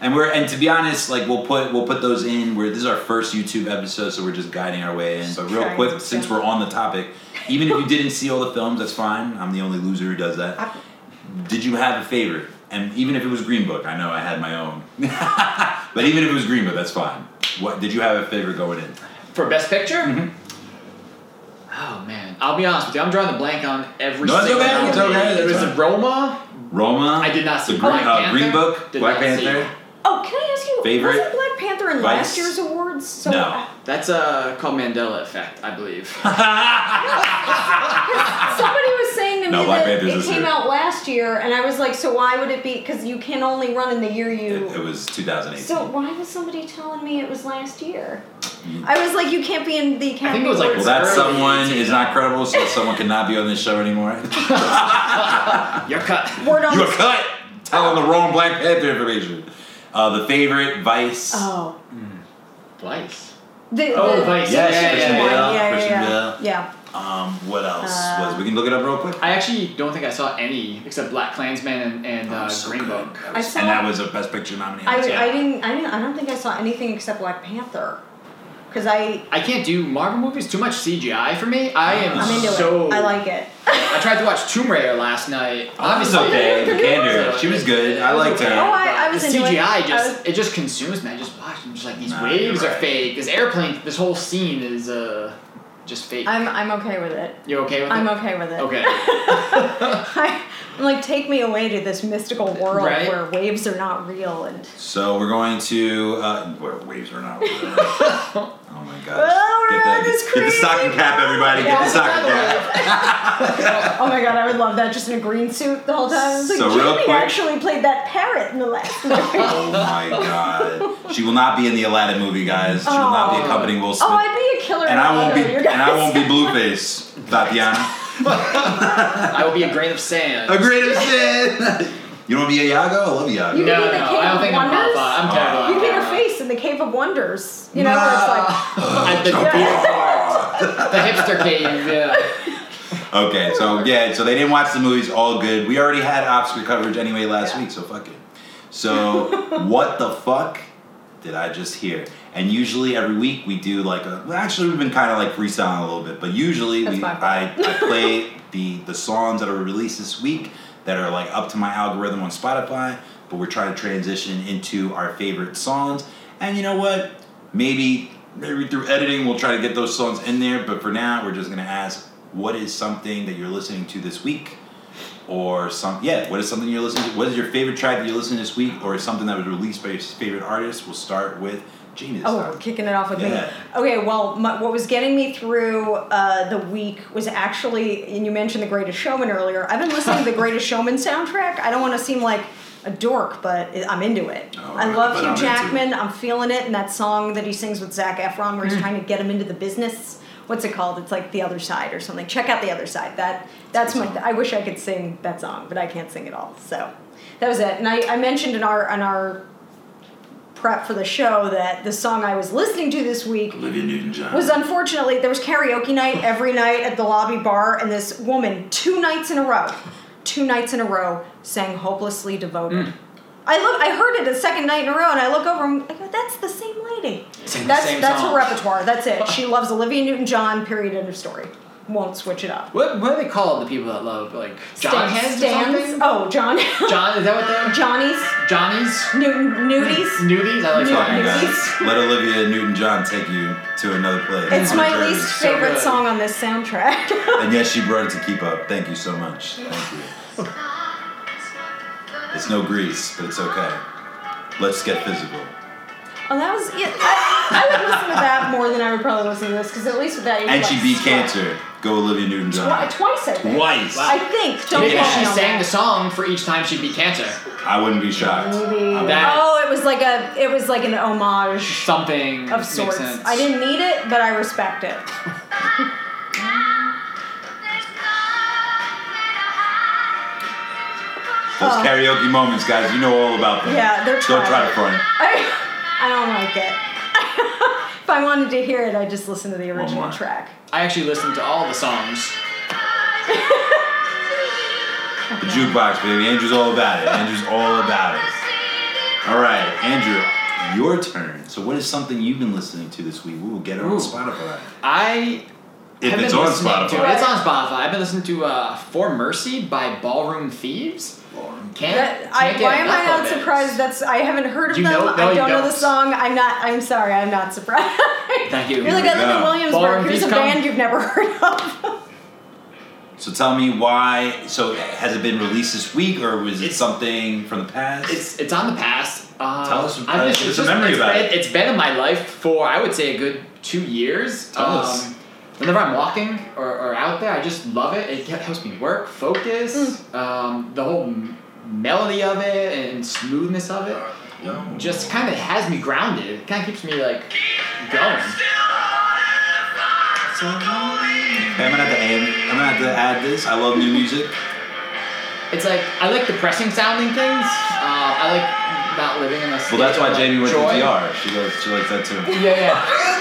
S1: And we're and to be honest, like we'll put we'll put those in. Where this is our first YouTube episode, so we're just guiding our way in. But real
S3: Trying
S1: quick,
S3: to-
S1: since we're on the topic, even if you didn't see all the films, that's fine. I'm the only loser who does that.
S3: I-
S1: Did you have a favorite? And even if it was Green Book, I know I had my own. but even if it was Green Book, that's fine. What did you have a favorite going in?
S2: For Best Picture?
S1: Mm-hmm.
S2: Oh man, I'll be honest with you. I'm drawing the blank on every
S1: No, it's
S2: single
S1: okay, it's
S2: nominee.
S1: okay,
S2: It
S1: that's
S2: was
S1: fine.
S2: Roma.
S1: Roma.
S2: I did not see
S1: the Green,
S2: Black
S1: uh, Green
S2: Panther.
S1: Book.
S2: Did
S1: Black
S2: not see
S1: Panther.
S2: it.
S3: Oh, can I ask you?
S1: Favorite?
S3: Wasn't Black Panther in
S1: Vice?
S3: last year's awards? So
S1: No.
S2: That's uh, called Mandela Effect, I believe.
S3: Somebody was saying to
S1: No,
S3: me
S1: Black
S3: that
S1: Panther's
S3: it
S1: this
S3: came
S1: year.
S3: out last year, and I was like, so why would it be? Because you can only run in the year you.
S1: It, it was 2018.
S3: so why was somebody telling me it was last year? I was like, you can't be in the Academy
S2: think it was like-
S1: Well,
S3: Awards.
S1: that
S2: Early
S1: someone
S2: 18.
S1: is not credible, so that someone cannot be on this show anymore.
S2: You're cut.
S3: word on
S1: you
S3: the
S1: are cut telling the wrong Black Panther information. Uh, the favorite Vice.
S3: Oh.
S2: Twice.
S3: The, the,
S2: Oh, Vice.
S1: Yes,
S2: yeah,
S1: Christian
S2: yeah, yeah.
S1: Bale.
S3: Yeah, yeah,
S1: Christian
S3: yeah.
S1: Bale.
S3: Yeah.
S1: Um, what else
S3: Uh,
S1: was? We can look it up real quick.
S2: I actually don't think I saw any except Black Klansman and, and uh,
S1: Oh, so
S2: Green
S1: good.
S2: Book.
S1: That
S3: I
S1: was-
S3: saw-
S1: and that was a Best Picture nominee.
S3: I,
S1: yeah.
S3: I didn't. I didn't. I don't think I saw anything except Black Panther, because I.
S2: I can't do Marvel movies. Too much CGI for me. I am
S3: I'm into
S2: so.
S3: it. I like it.
S2: I tried to watch Tomb Raider last night.
S1: Oh, it's
S2: Obviously,
S1: okay.
S3: The
S1: The
S3: new
S1: candor.
S2: one?
S1: She was good. I liked her.
S3: Oh, I, I was
S2: the
S3: into it.
S2: CGI
S3: I
S2: just
S3: was-
S2: it just consumes me. I just watch. I'm just like these
S1: Nah, you're
S2: waves are
S1: right.
S2: fake. This airplane. This whole scene is uh just fake.
S3: I'm. I'm okay with it.
S2: you okay with
S3: I'm
S2: it?
S3: okay with it.
S2: Okay.
S3: I, am like, take me away to this mystical world
S2: Right?
S3: where waves are not real and.
S1: So we're going to uh, where waves are not. oh my gosh!
S3: Well, we're
S1: get,
S3: on
S1: the,
S3: this
S1: get, the
S3: crazy
S1: stocking cap, everybody! Get the
S3: ride.
S1: stocking cap.
S3: Oh my god, I would love that just in a green suit the whole time. It's like,
S1: So real
S3: Jamie
S1: quick-
S3: actually played that parrot in the last movie.
S1: Oh my god. She will not be in the Aladdin movie, guys. She will not be
S3: Oh.
S1: accompanying Will Smith.
S3: Oh, I'd be a killer.
S1: and I won't be
S3: Otto, you
S1: and I
S3: guys.
S1: won't be Blueface, Tatiana.
S2: I will be a grain of sand.
S1: A greater sin. You don't want to be Iago? I love Iago.
S3: You
S2: No,
S3: could
S2: no,
S3: be the King
S2: I don't
S3: of
S2: think I'm
S3: Wonders.
S2: qualified. I'm
S1: Oh.
S2: terrible.
S3: You'd be the face in the Cave of Wonders. You know, where it's like.
S2: I, the,
S1: Jump
S3: Yeah.
S1: over.
S2: the hipster cave. Yeah.
S1: Okay, so yeah, so they didn't watch the movies. All good. We already had Oscar coverage anyway last week, so fuck it. So what the fuck did I just hear? And usually every week we do like a. Well, actually, we've been kind of like freestyling a little bit, but usually
S3: That's
S1: we
S3: my fault.
S1: I, I play the the songs that are released this week that are like up to my algorithm on Spotify. But we're trying to transition into our favorite songs, and you know what? Maybe maybe through editing we'll try to get those songs in there. But for now, we're just gonna ask what is something that you're listening to this week or some yeah what is something you're listening to what is your favorite track that you're listening to this week or is something that was released by your favorite artist we'll start with Gina this
S3: Oh,
S1: time.
S3: we're kicking it off with
S1: Yeah.
S3: me. Okay, well, my, what was getting me through uh, the week was actually, and you mentioned The Greatest Showman earlier. I've been listening to The Greatest Showman soundtrack. I don't want to seem like a dork, but it- I'm into it.
S1: All
S3: I
S1: Oh, right,
S3: love
S1: but
S3: Hugh
S1: I'm into it.
S3: Jackman. I'm feeling it, and that song that he sings with Zach Efron, where he's trying to get him into the business. What's it called? It's like The Other Side or something. Check out The Other Side. That that's my. I wish I could sing that song, but I can't sing at all. So that was it. And I, I mentioned in our in our prep for the show that the song I was listening to this week
S1: Olivia Newton-John
S3: was unfortunately there was karaoke night every night at the lobby bar, and this woman two nights in a row, two nights in a row sang "Hopelessly Devoted."
S2: Mm.
S3: I look, I heard it a second night in a row, and I look over and I go, "That's the same lady.
S2: Sing the
S3: that's
S2: same
S3: that's
S2: song."
S3: her repertoire. That's it. She loves Olivia Newton-John. Period. End of story. Won't switch it up."
S2: What, what do they call the people that love like John
S3: Stan-
S2: heads
S3: Stans?
S2: or something?
S3: Oh, John.
S2: John is that what they're
S3: Johnny's.
S2: Johnny's
S3: Newton, nudies.
S2: nudies? I like
S3: Nudies.
S1: Sorry,
S2: Johnny's.
S1: guys. let Olivia Newton-John take you to another place
S3: It's
S1: On a
S3: my
S1: journey.
S3: least
S2: so
S3: favorite
S2: good.
S3: song on this soundtrack.
S1: and yes she brought it to keep up thank you so much thank you it's no grease but it's okay let's get physical
S3: Well, Oh, that was yeah, I, I would listen to that more than I would probably listen to this because at least with that, you
S1: and
S3: could,
S1: she
S3: like,
S1: beat
S3: sweat.
S1: cancer go Olivia Newton-John
S3: Twi- twice, I think.
S1: twice
S3: I think. Don't
S2: Maybe
S3: quote
S2: she
S3: me on
S2: sang
S3: that.
S2: the song for each time she beat cancer.
S1: I wouldn't be shocked
S3: Maybe.
S2: That-
S3: Oh, it was like a. It was like an homage
S2: Something
S3: of
S2: makes
S3: sorts.
S2: sense.
S3: I didn't need it, but I respect it.
S1: Those
S3: Oh.
S1: karaoke moments, guys, you know all about them.
S3: Yeah, they're
S1: Don't try
S3: trying.
S1: to front.
S3: I, I don't like it. if I wanted to hear it, I just listened to the original
S1: more.
S3: track.
S2: I actually listened to all the songs.
S1: The jukebox, baby. Andrew's all about it. Andrew's all about it. All right, Andrew, your turn. So, what is something you've been listening to this week? We will get it on
S2: Ooh.
S1: Spotify.
S2: I
S1: If
S2: have
S1: it's
S2: been
S1: on
S2: listening To,
S1: Spotify.
S2: it's on Spotify. I've been listening to uh, "For Mercy" by Ballroom Thieves. Can't,
S3: That, I,
S2: can't get
S3: why am I
S2: enough
S3: not
S2: of it.
S3: surprised? That's I haven't heard of
S2: You
S3: them.
S2: know- no,
S3: I
S2: you
S3: don't know the
S2: don't.
S3: song. I'm not. I'm sorry. I'm not surprised.
S2: Thank you.
S3: You're like
S1: Here
S3: I
S1: we
S3: live in
S1: go.
S3: Williamsburg.
S2: Ballroom
S3: Here's a
S2: Thieves come.
S3: band you've never heard of.
S1: So, tell me why. So, has it been released this week or was it
S2: It's-
S1: something from the past?
S2: It's it's on the past. Uh,
S1: Tell us-
S2: I've
S1: give us a memory
S2: it's
S1: about
S2: been,
S1: it.
S2: has been in my life for I would say a good two years.
S1: Tell
S2: um,
S1: us.
S2: Whenever I'm walking or, or out there, I just love it. It ke- helps me work, focus, um, the whole m- melody of it and smoothness of it. Just kind of has me grounded. It kind of keeps me like going.
S1: Okay, I'm gonna have to add, I'm gonna have to add this. I love new music.
S2: It's like I like depressing sounding things. Uh, I like not living in a.
S1: Well,
S2: state
S1: that's why
S2: of, like,
S1: Jamie went
S2: joy.
S1: to DR. She goes, she likes that too.
S2: Yeah,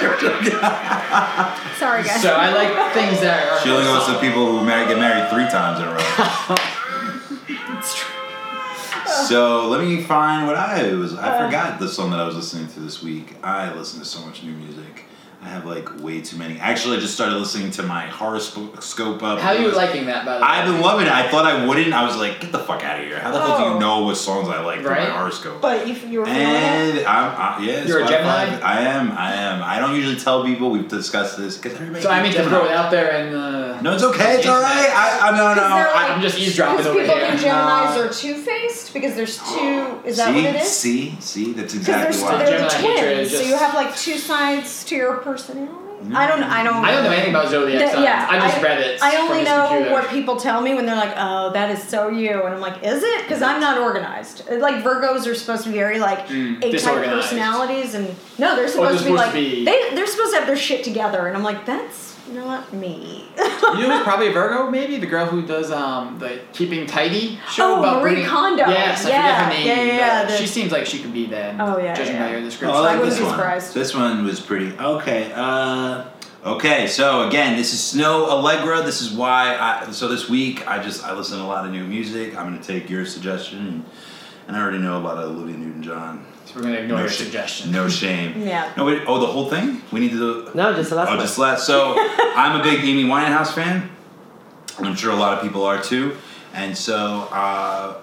S2: yeah.
S3: Sorry, guys.
S2: So I like things that are.
S1: She only goes to people who marry, get married three times in a row.
S3: It's true.
S1: so let me find what I was. I forgot the song that I was listening to this week. I listen to so much new music. I have like way too many. Actually, I just started listening to my horoscope up.
S2: How are you liking that, by the way?
S1: I've been loving it. I thought I wouldn't. I was like, get the fuck out of here. How the fuck do
S3: Oh.
S1: you know what songs I like from
S2: Right?
S1: my horoscope?
S3: But you, you were feeling it.
S1: And I'm, I, yeah,
S2: You're a
S1: Spotify.
S2: Gemini?
S1: I am. I am. I don't usually tell people. We've discussed this because everybody.
S2: so I mean to
S1: Gemini.
S2: throw it out there and. Uh,
S1: No, it's okay. It's all right. I, I no no.
S3: Because they're
S1: I,
S3: like-
S2: I'm just eavesdropping
S3: because
S2: over
S3: people
S2: here.
S3: think Gemini's
S1: No.
S3: are two faced because there's two. Is
S1: see,
S3: that what it is?
S1: see, see. That's exactly
S3: Because
S1: why.
S3: they're,
S2: still-
S3: they're the
S2: Gemini nature is
S3: twins, so you
S2: just-
S3: have like two sides to your personality. I don't. I don't.
S2: I don't know anything about zodiac
S3: That-
S2: signs.
S3: yeah,
S2: I just read it.
S3: I
S2: from
S3: only
S2: this
S3: know
S2: computer.
S3: what people tell me when they're like, "Oh, that is so you," and I'm like, "Is it?" Because I'm not organized. Uh, Like Virgos are supposed to be very like
S2: Mm,
S3: eight type
S2: disorganized.
S3: personalities, and no, they're supposed to be
S2: supposed to
S3: like
S2: be-
S3: they they're supposed to have their shit together, and I'm like, "That's not me."
S2: You know who's probably a Virgo? Maybe the girl who does um the keeping tidy show
S3: Oh,
S2: about
S3: Marie
S2: bringing-
S3: Kondo.
S2: Yes,
S3: Yeah,
S2: I forget her name.
S3: yeah, yeah, yeah,
S2: but
S3: the-
S2: She seems like she could be then.
S3: Oh, yeah,
S2: Judging
S3: yeah.
S2: by your
S1: Oh,
S2: description.
S1: I like
S3: wouldn't
S1: this
S3: be
S1: one.
S3: surprised.
S1: This one was pretty okay. Uh, Okay, so again, this is Snow Allegra. This is why I so this week I just I listen to a lot of new music. I'm gonna take your suggestion, and, and I already know about Olivia Newton-John.
S2: So we're gonna ignore your
S1: sh-
S2: suggestion.
S1: No shame.
S3: Yeah.
S1: No, wait, oh, the whole thing? We need to do.
S4: No, just the last
S1: oh,
S4: one.
S1: just last. So I'm a big Amy Winehouse fan. and I'm sure a lot of people are too. And so uh,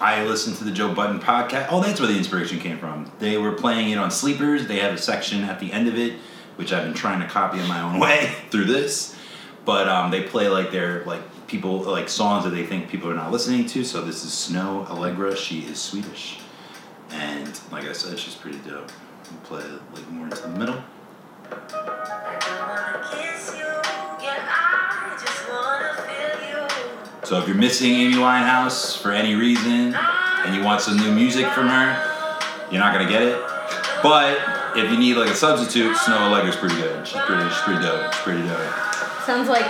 S1: I listened to the Joe Budden podcast. Oh, that's where the inspiration came from. They were playing it on Sleepers. They have a section at the end of it, which I've been trying to copy in my own way through this. But um, they play like their like people like songs that they think people are not listening to. So this is Snow Allegra. She is Swedish, and like I said, she's pretty dope. We play like more into the middle. So if you're missing Amy Winehouse for any reason and you want some new music from her, you're not gonna get it. But if you need like a substitute, Snow Allegra's pretty good. She's pretty, she's pretty dope. She's pretty dope.
S3: Sounds like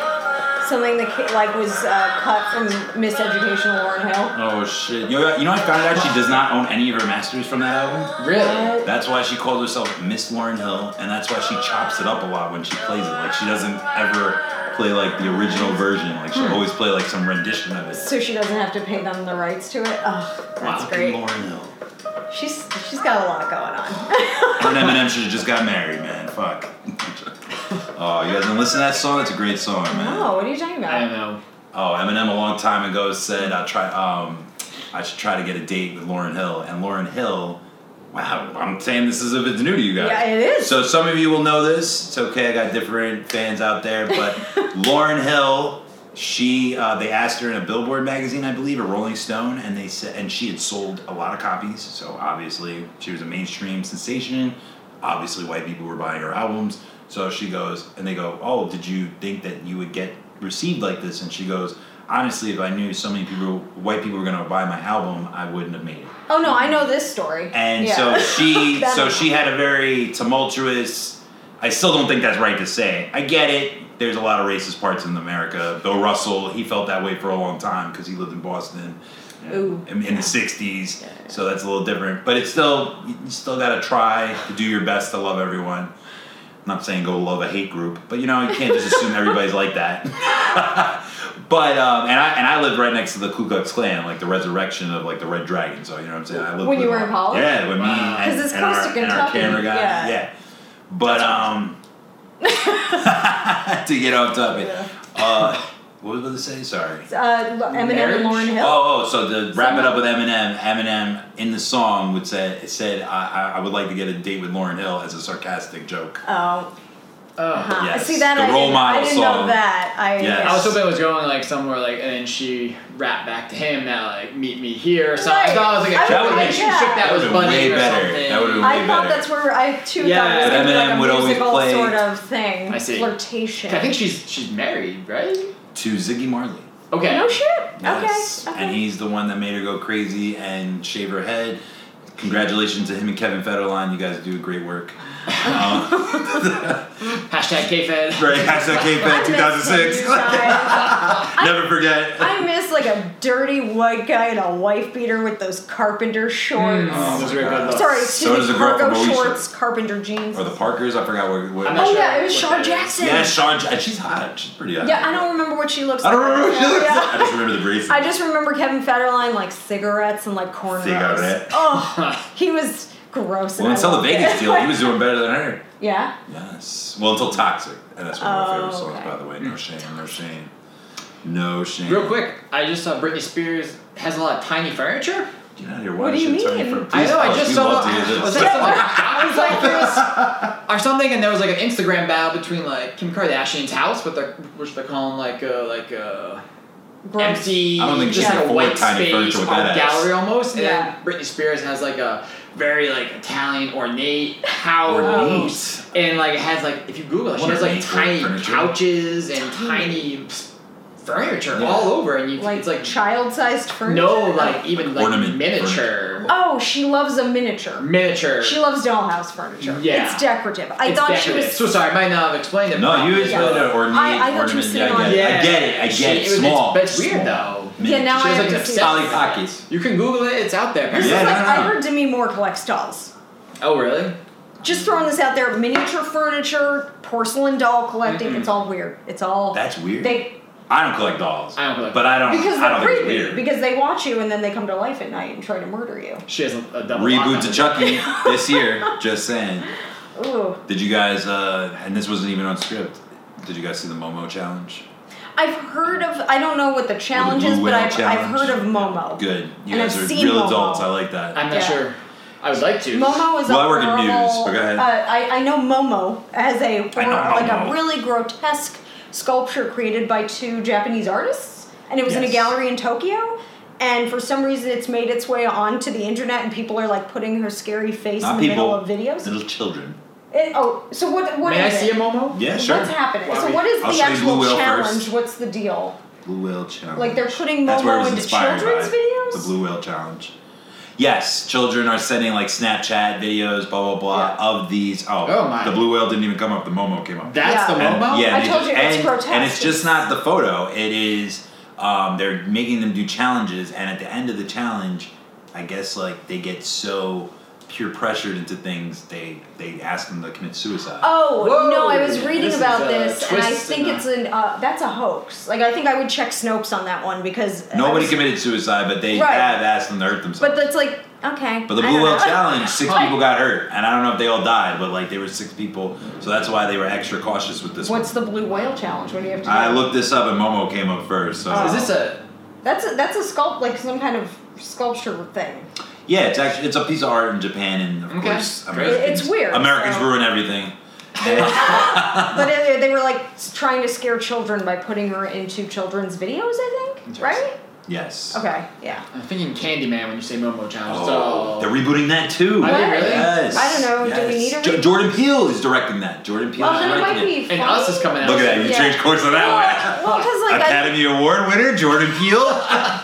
S3: something that ca- like was uh, cut from Miseducational Lauren Hill.
S1: Oh shit! You know, you know, I found out she does not own any of her masters from that album.
S2: Really?
S3: Uh,
S1: That's why she calls herself Miss Lauren Hill, and that's why she chops it up a lot when she plays it. Like she doesn't ever play like the original version. Like she'll always play like some rendition of it.
S3: So she doesn't have to pay them the rights to it. Oh, that's
S1: Fucking
S3: great.
S1: Lauryn Hill.
S3: She's she's got a lot going on.
S1: Her and Eminem should have just got married, man. Fuck. oh, you guys didn't listen to that song? That's a great song, man.
S3: No, what are you talking about?
S2: I don't know.
S1: Oh, Eminem a long time ago said I try um I should try to get a date with Lauren Hill, and Lauren Hill. Wow, I'm saying this is if it's new to you guys.
S3: Yeah, it is.
S1: So some of you will know this. It's okay. I got different fans out there, but Lauren Hill. She uh, they asked her in a Billboard magazine, I believe, or Rolling Stone, and they said, and she had sold a lot of copies. So obviously, she was a mainstream sensation. Obviously, white people were buying her albums. So she goes, and they go, "Oh, did you think that you would get received like this?" And she goes, "Honestly, if I knew so many people, white people were going to buy my album, I wouldn't have made it."
S3: oh no, I know this story.
S1: and
S3: Yeah.
S1: so she
S3: That
S1: so
S3: makes-
S1: she had a very tumultuous i still don't think that's right to say i get it there's a lot of racist parts in america bill russell he felt that way for a long time because he lived in boston you know,
S3: Ooh.
S1: in, in the 60s so that's a little different but it's still you still gotta try to do your best to love everyone I'm not saying go love a hate group, but you know you can't just assume everybody's like that. but um, and I and I lived right next to the Ku Klux Klan, like the resurrection of like the Red Dragon. So you know what I'm saying. I lived
S3: When you
S1: with-
S3: were in college?
S1: Yeah, with me
S2: Wow.
S1: and,
S3: 'Cause it's
S1: and, our,
S3: close to
S1: and our
S3: Kentucky,
S1: camera guy.
S3: yeah.
S1: But um, to get off topic,
S3: Yeah.
S1: uh, what was I going to say? Sorry.
S3: Uh, Lo- Eminem
S2: Marriage?
S3: and Lauren Hill.
S1: Oh, oh, so to wrap it up with Eminem, Eminem in the song would say it said I, I, I would like to get a date with Lauren Hill as a sarcastic joke.
S3: Oh,
S2: Oh.
S3: huh.
S1: Yes,
S3: see that
S1: the
S3: I
S1: role
S3: didn't,
S1: model
S3: I didn't know
S1: song.
S3: that. I
S1: Yes.
S2: I was hoping it was going like somewhere like, and then she rapped back to him that like, meet me here. So I
S3: Right.
S2: thought it was like
S3: I
S2: a joke.
S1: would've
S2: Like,
S1: been-
S2: she
S3: yeah.
S2: shook that
S1: That
S2: was
S1: would've been
S2: funny
S1: way
S2: or
S1: better.
S2: something.
S1: That would've been
S3: I
S1: way
S3: thought
S1: better.
S3: that's where I too
S2: Yeah.
S3: thought it
S2: But
S3: was gonna be
S1: Eminem
S3: like a
S1: would always
S3: musical
S1: play-
S3: sort of thing,
S2: I see.
S3: flirtation.
S2: I think she's she's married, right?
S1: To Ziggy Marley.
S2: Okay.
S3: no shit.
S1: Yes.
S3: Okay. okay.
S1: And he's the one that made her go crazy and shave her head. Congratulations to him and Kevin Federline. You guys do great work. Um,
S2: Hashtag KFed.
S1: right, hashtag KFed 2006.
S3: I
S1: Never forget.
S3: miss like a dirty white guy and a wife beater with those carpenter shorts.
S1: Oh
S2: Those
S1: my
S2: were good
S1: God.
S2: looks.
S3: Sorry,
S1: So
S3: excuse
S1: does
S3: me,
S1: the girl
S3: cargo
S1: from Moesha.
S3: shorts, carpenter jeans.
S1: Or the Parkers, I forgot what. what
S2: I'm not
S3: oh
S2: sure
S3: yeah, it was
S2: what
S3: Shawn
S2: that is.
S3: Jackson.
S1: yeah, Sean. She's hot. She's pretty hot.
S3: Yeah, I don't remember what she looks
S1: I
S3: like.
S1: don't remember what she looks
S3: Yeah.
S1: like. I just remember the braces.
S3: I just remember Kevin Federline like cigarettes and like cornrows.
S1: Cigarette.
S3: Oh, he was gross. and
S1: well,
S3: I
S1: until the
S3: loved
S1: Vegas
S3: it.
S1: deal, he was doing better than her.
S3: yeah.
S1: Yes. Well, until Toxic. And that's one of my favorite
S3: Oh,
S1: songs,
S3: okay.
S1: by the way. No shame, no shame. No shame.
S2: Hmm. Real quick, I just saw Britney Spears has a lot of tiny furniture.
S1: Get out of here. Why
S3: What do you
S1: is she turning
S3: mean?
S1: from-
S2: I know. I
S1: Please
S2: just
S1: tell
S2: saw.
S1: us, we love to hear
S2: Was
S1: this.
S2: that something? like this or something? And there was like an Instagram battle between like Kim Kardashian's house, but they're which they're calling like uh, like uh,
S3: Gross.
S2: empty.
S1: I don't think she
S2: just
S1: can
S2: like a
S1: afford
S2: white
S1: tiny
S2: space
S1: furniture
S2: or
S1: with that ass.
S2: gallery almost. And
S3: Yeah.
S2: then Britney Spears has like a very like Italian ornate house,
S1: Ornate?
S2: and like it has like if you Google it, she
S1: What
S2: has like
S1: ornate
S2: tiny
S1: furniture?
S2: couches and tiny s- furniture
S1: Yeah.
S2: all over, and you
S3: Like,
S2: it's like
S3: child-sized furniture.
S2: no like even like
S1: ornament
S2: miniature
S3: Oh, she loves a miniature.
S2: miniature.
S3: Oh. She loves dollhouse furniture.
S2: Yeah.
S3: It's decorative. I
S2: It's
S3: thought
S2: decorative.
S3: she
S2: So
S3: was.
S2: sorry, I might not have explained it.
S1: No, you
S2: properly.
S1: is really an ornate
S3: I- I thought you were
S1: ornament.
S3: sitting
S1: yeah, I
S3: on-
S1: get it.
S2: Yeah.
S1: I get it. I
S2: She-
S1: get it.
S2: it was-
S1: Small.
S2: but it's weird,
S1: Small.
S2: though.
S1: Miniature.
S3: Yeah, now
S2: She
S3: I
S2: was
S3: have
S2: like
S3: to see
S2: obsessed.
S1: Polly
S3: this.
S1: Pockets.
S2: You can Google it; it's out there.
S3: This
S1: Yeah,
S3: is like
S1: no, no,
S3: I
S1: no.
S3: heard Demi Moore collects dolls.
S2: Oh, really?
S3: just throwing this out there miniature furniture, porcelain doll collecting. It's all weird. It's all.
S1: That's weird.
S3: They,
S1: I don't collect dolls.
S2: I don't collect-
S1: But I don't.
S3: because
S1: I don't
S3: they're
S1: think it's
S3: creepy.
S1: weird.
S3: Because they watch you and then they come to life at night and try to murder you.
S2: She has a, a double
S1: Reboot
S2: lock
S1: to
S2: on
S1: Chucky this year. Just saying.
S3: Ooh.
S1: Did you guys? Uh, and this wasn't even on script. Did you guys see the Momo challenge?
S3: I've heard of. I don't know what the challenge
S1: blue
S3: is, but
S1: whale
S3: I've, I've
S1: challenge.
S3: heard of Momo.
S1: Good. You
S3: And
S1: guys
S3: I've
S1: are
S3: seen
S1: real
S3: Momo.
S1: adults. I like that.
S2: I'm not
S3: Yeah.
S2: sure. I would like to.
S3: Momo is
S1: Well,
S3: a
S1: I work in
S3: horrible,
S1: news, but go ahead.
S3: Uh, I, I know Momo as
S1: I
S3: a
S1: know
S3: hor- like
S1: Momo.
S3: a really grotesque sculpture created by two Japanese artists, and it was in a
S2: Yes.
S3: gallery in Tokyo. And for some reason, it's made its way onto the internet, and people are like putting her scary face
S1: not
S3: in the
S1: people.
S3: middle of videos.
S1: Little children.
S3: It- oh, so what? what
S2: May I
S3: is
S2: see
S3: it?
S2: a Momo?
S1: Yeah, sure.
S3: What's happening?
S2: Why
S3: so
S2: we-
S3: what is
S1: I'll
S3: the
S1: show you Blue
S3: actual
S1: Whale
S3: challenge?
S1: first.
S3: What's the deal?
S1: Blue whale challenge.
S3: Like, they're putting
S1: That's where it
S3: Momo
S1: was
S3: into
S1: inspired
S3: children's
S1: by,
S3: videos?
S1: The blue whale challenge. Yes, children are sending like Snapchat videos, blah blah blah,
S2: Yeah.
S1: of these. Oh,
S2: Oh, my.
S1: the blue whale didn't even come up. The Momo came up.
S2: That's
S3: Yeah.
S2: the
S1: And-
S2: Momo?
S1: Yeah,
S3: I
S1: they
S3: told
S1: just-
S3: you, it's
S1: and,
S3: grotesque.
S1: And it's just not the photo. It is um, they're making them do challenges, and at the end of the challenge, I guess like they get so peer pressured into things, they they ask them to commit suicide.
S3: Oh
S2: Whoa,
S3: no! I was reading
S2: this is
S3: about
S2: a
S3: this, and I
S2: twist
S3: think
S2: in
S3: it's an uh, that's a hoax. Like I think I would check Snopes on that one because I
S1: Nobody
S3: was-
S1: committed suicide, but they
S3: Right.
S1: have asked them to hurt themselves.
S3: But that's like okay.
S1: But the
S3: I
S1: Blue
S3: don't
S1: Whale
S3: know.
S1: Challenge, six
S2: Huh.
S1: people got hurt, and I don't know if they all died, but like they were six people, so that's why they were extra cautious with this. one.
S3: What's the blue whale challenge? What do you have to do?
S1: I looked this up, and Momo came up first.
S3: Oh.
S1: So
S2: Is this a.
S3: That's a, that's a sculpt like some kind of sculpture thing.
S1: yeah, it's actually it's a piece of art in Japan, and of
S2: Okay.
S1: course
S2: Great.
S1: Americans.
S3: It's weird,
S1: Americans
S3: so-
S1: ruin everything.
S3: But it, they were like s- trying to scare children by putting her into children's videos. I think
S2: Interesting.
S3: right.
S1: Yes.
S3: Okay. Yeah.
S2: I'm thinking Candyman when you say Momo challenge.
S1: Oh,
S2: so
S1: they're rebooting that too.
S2: Are they What? really?
S1: Yes.
S3: I don't know, do we
S1: yes.
S3: need a
S1: Jo-
S3: reboot?
S1: Jordan Peele is directing that. Jordan Peele
S3: Well,
S1: is
S3: then it
S1: directing
S3: might be.
S1: it.
S2: and
S3: funny.
S2: us is coming out.
S1: Look at that! You
S3: Yeah.
S1: changed course on that
S3: Well, because
S1: one.
S3: like I,
S1: Academy Award winner Jordan Peele.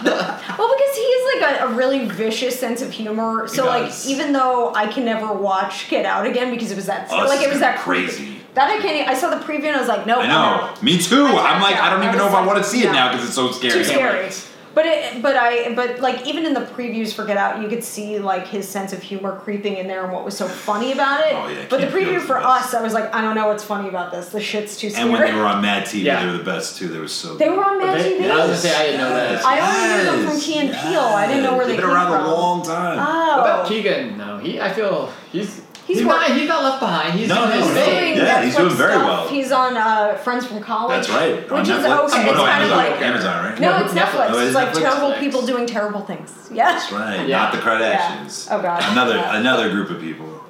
S3: Well, because he has like a, a really vicious sense of humor. So like
S1: does.
S3: even though I can never watch Get Out again because it was that
S1: Oh, this
S3: like
S1: is
S3: it was
S1: gonna
S3: that
S1: be crazy.
S3: That I can't. e, I saw the preview and I was like, nope.
S1: I
S3: I'm
S1: know.
S3: out.
S1: Me too.
S3: I
S1: I'm like,
S3: checked
S1: I don't
S3: out.
S1: even
S3: I
S1: know if
S3: was
S1: I want to
S3: like,
S1: see it
S3: no.
S1: now because it's so scary.
S3: Too scary.
S2: wait.
S3: But it, but I, but like even in the previews for Get Out, you could see like his sense of humor creeping in there and what was so funny about it.
S1: Oh, yeah,
S3: but the
S1: Keith Peele's
S3: preview
S1: the
S3: for
S1: best.
S3: us, I was like, I don't know what's funny about this. The shit's too scary.
S1: And when they were on Mad TV,
S2: Yeah.
S1: they were the best too. They were so.
S3: They were on Mad
S2: They-
S3: TV.
S2: I was gonna say, I didn't know that.
S3: I only knew them from
S1: Yes,
S3: Key and Peele. I didn't know where
S1: They've
S3: they
S1: been
S3: came
S1: around
S3: from.
S1: a long time.
S3: Oh.
S2: What about Keegan? No, he. I feel he's
S3: He's
S2: he's,
S3: work-
S2: not he's not left behind. He's
S1: No,
S2: doing
S1: no,
S2: his
S1: no.
S2: thing.
S1: Yeah, he's doing
S3: Netflix
S1: very
S3: stuff.
S1: well.
S3: He's on uh, Friends from College.
S1: That's right.
S3: Which
S1: on
S3: is
S1: Netflix.
S3: okay.
S1: Oh,
S3: it's
S1: no,
S3: kind
S1: Amazon.
S3: of like
S1: Amazon, right?
S3: no,
S2: No,
S3: it's
S2: Netflix.
S3: Netflix.
S1: Oh, it is
S3: it's like
S1: Netflix?
S3: terrible
S2: Netflix.
S3: people doing terrible things. Yeah.
S1: That's right.
S2: Yeah.
S1: Not the Kardashians.
S3: Yeah. Oh, God.
S1: Another
S3: Yeah.
S1: another group of people.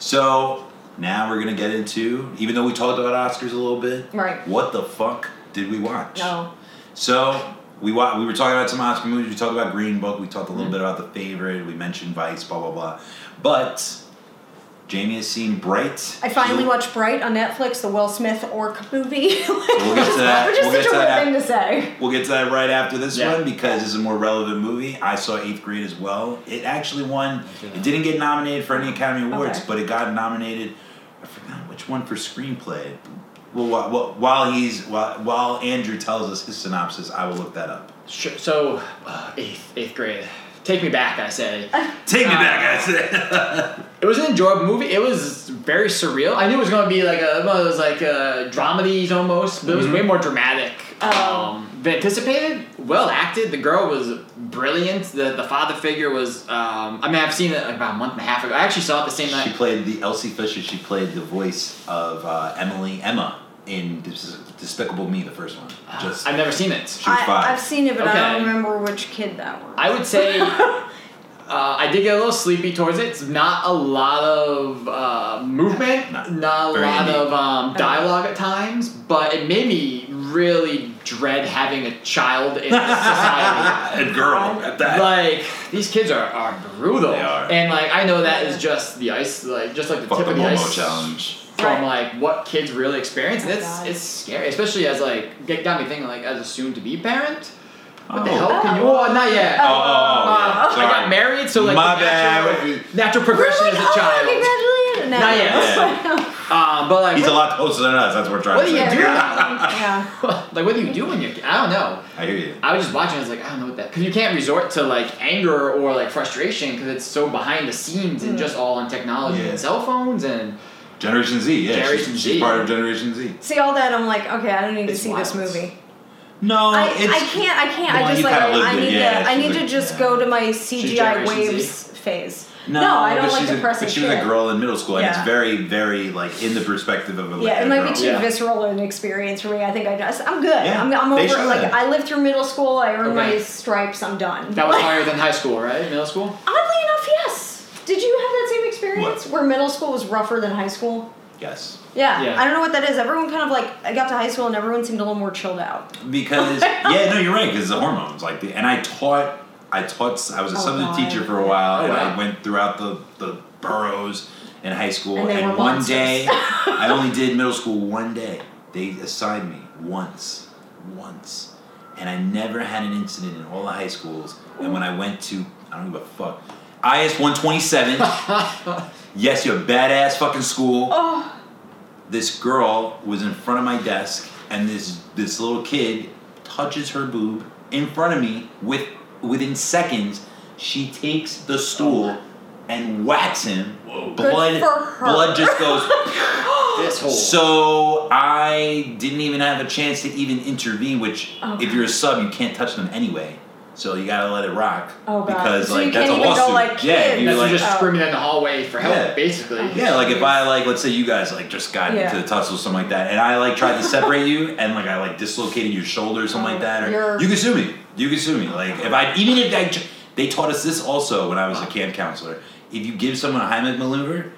S1: So now we're gonna get into even though we talked about Oscars a little bit.
S3: Right.
S1: What the fuck did we watch?
S3: No.
S1: So we wa- we were talking about some Oscar movies. We talked about Green Book. We talked
S3: Mm-hmm.
S1: a little bit about The Favorite. We mentioned Vice. Blah blah blah. But Jamie has seen Bright.
S3: I finally
S1: She-
S3: watched Bright on Netflix, the Will Smith orc movie.
S1: We'll get to that.
S3: Which is
S1: We'll get
S3: such
S1: to
S3: a weird
S1: that.
S3: thing to say.
S1: We'll get to that right after this
S2: Yeah.
S1: one because it's a more relevant movie. I saw Eighth Grade as well. It actually won. It didn't get nominated for any Academy Awards,
S3: Okay.
S1: but it got nominated. I forgot which one for screenplay. Well, while, while- while he's while, while Andrew tells us his synopsis, I will look that up.
S2: Sure, so uh, eighth eighth grade. Take me back, I say.
S1: Take me
S2: Uh,
S1: back, I said.
S2: It was an enjoyable movie. It was very surreal. I knew it was going to be like a well, it was like a dramedies almost, but it was
S1: Mm-hmm.
S2: way more dramatic um, than anticipated. Well acted. The girl was brilliant. The the father figure was. Um, I mean, I've seen it about a month and a half ago. I actually saw it the same
S1: she
S2: night.
S1: played the Elsie Fisher. She played the voice of uh, Emily Emma in Dis- Despicable Me, the first one.
S2: Ah,
S1: Just
S2: I've never seen it.
S1: She was five.
S3: I, have seen it, but I don't
S2: Okay.
S3: remember which kid that was.
S2: I would say uh, I did get a little sleepy towards it. It's not a lot of uh, movement,
S1: No.
S2: not a
S1: Very
S2: lot
S1: unique.
S2: of
S1: Oh.
S2: um, dialogue at times, but it made me really dread having a child in society.
S1: and girl at that.
S2: Like these kids are, are brutal,
S1: They are.
S2: and like I know that is just the ice, like just like the
S1: Fuck
S2: tip
S1: the
S2: of the
S1: Momo
S2: ice
S1: challenge.
S2: from
S3: Right.
S2: like what kids really experience. And
S3: Oh,
S2: it's
S3: God.
S2: it's scary, especially as like it got me thinking like as a soon to be parent. What the
S1: Oh.
S2: hell can you?
S3: Oh.
S2: Oh, not yet.
S1: Oh, yeah.
S2: I got married, so like
S1: My
S2: the natural,
S1: bad.
S2: natural
S3: We're
S2: progression
S3: like,
S2: as a
S3: oh,
S2: child.
S3: congratulations. No.
S2: Not yet.
S1: Yeah.
S2: Um, but like,
S1: He's a
S2: what,
S1: lot closer than us. That's what we're trying
S2: What
S1: to
S2: do
S1: say.
S2: you
S3: yeah,
S2: do
S3: yeah.
S2: that?
S3: yeah.
S2: like what do you do when you're? I don't know.
S1: I hear you.
S2: I was just watching. I was like, I don't know what that because you can't resort to like anger or like frustration because it's so behind the scenes
S3: Mm.
S2: and just all on technology
S1: Yeah.
S2: and cell phones and
S1: Generation Z. Yeah,
S2: Generation
S1: she's,
S2: Z.
S1: she's part of Generation Z.
S3: See all that, I'm like, okay, I don't need to
S2: It's
S3: see this
S2: wild.
S3: movie.
S1: No,
S3: I,
S1: it's
S3: I can't, I can't.
S1: Well,
S3: I just
S1: you
S3: like,
S1: kinda lived
S3: I
S1: it,
S3: need
S1: yeah,
S3: to, I
S1: she's
S3: need
S1: like-
S3: to just go to my CGI
S2: Generation Z.
S3: waves phase.
S1: No,
S3: I don't
S1: but
S3: like
S1: she's
S3: the
S1: a,
S3: pressing
S1: But she was a
S3: shit.
S1: girl in middle school, and
S3: Yeah.
S1: it's very, very like in the perspective of a like,
S3: Yeah,
S1: a
S3: it might
S1: girl.
S3: be too
S2: Yeah.
S3: visceral an experience for me. I think I just, I'm good.
S1: Yeah,
S3: I'm, I'm
S1: they
S3: over. it.
S1: should.
S3: Like I lived through middle school. I earned my
S2: Okay.
S3: stripes. I'm done.
S2: that was
S3: Like,
S2: higher than high school, right? Middle school.
S3: Oddly enough, yes. Did you have that same experience where middle school was rougher than high school?
S1: Yes,
S3: Yeah.
S2: Yeah.
S3: I don't know what that is. Everyone kind of like I got to high school and everyone seemed a little more chilled out.
S1: because
S3: Oh.
S1: yeah, no, you're right. Because the hormones, like, the, and I taught, I taught, I was a
S3: Oh,
S1: substitute
S3: God.
S1: teacher for a while,
S2: Oh,
S1: and
S2: wow.
S1: I went throughout the the boroughs in high school,
S3: And
S1: and,
S3: they were
S1: one
S3: monsters.
S1: day, I only did middle school one day. They assigned me once, once, and I never had an incident in all the high schools. And when I went to, I don't give a fuck, IS 127. yes, you're a badass fucking school.
S3: Oh,
S1: this girl was in front of my desk and this this little kid touches her boob in front of me with within seconds she takes the stool and whacks him blood
S3: for her.
S1: blood just goes
S2: This whole
S1: so i didn't even have a chance to even intervene which
S3: Oh,
S1: if
S3: God.
S1: you're a sub you can't touch them anyway so you gotta let it rock
S3: Oh, God.
S1: because
S3: So
S1: like
S3: you
S1: that's
S3: can't
S1: a
S3: even go
S1: lawsuit
S3: like,
S1: yeah
S3: kid,
S1: you're like
S2: That's just
S3: Oh.
S2: screaming in the hallway for help,
S1: Yeah.
S2: basically.
S1: Yeah, like if I like, let's say you guys like just got
S3: Yeah.
S1: into the tussle, something like that, and I like tried to separate you, and like I like dislocated your shoulder, or something like that, or
S3: Oh, You're-
S1: you can sue me. You can sue me. Like if I even if I, j- they taught us this also when I was a camp counselor. If you give someone a Heimlich maneuver,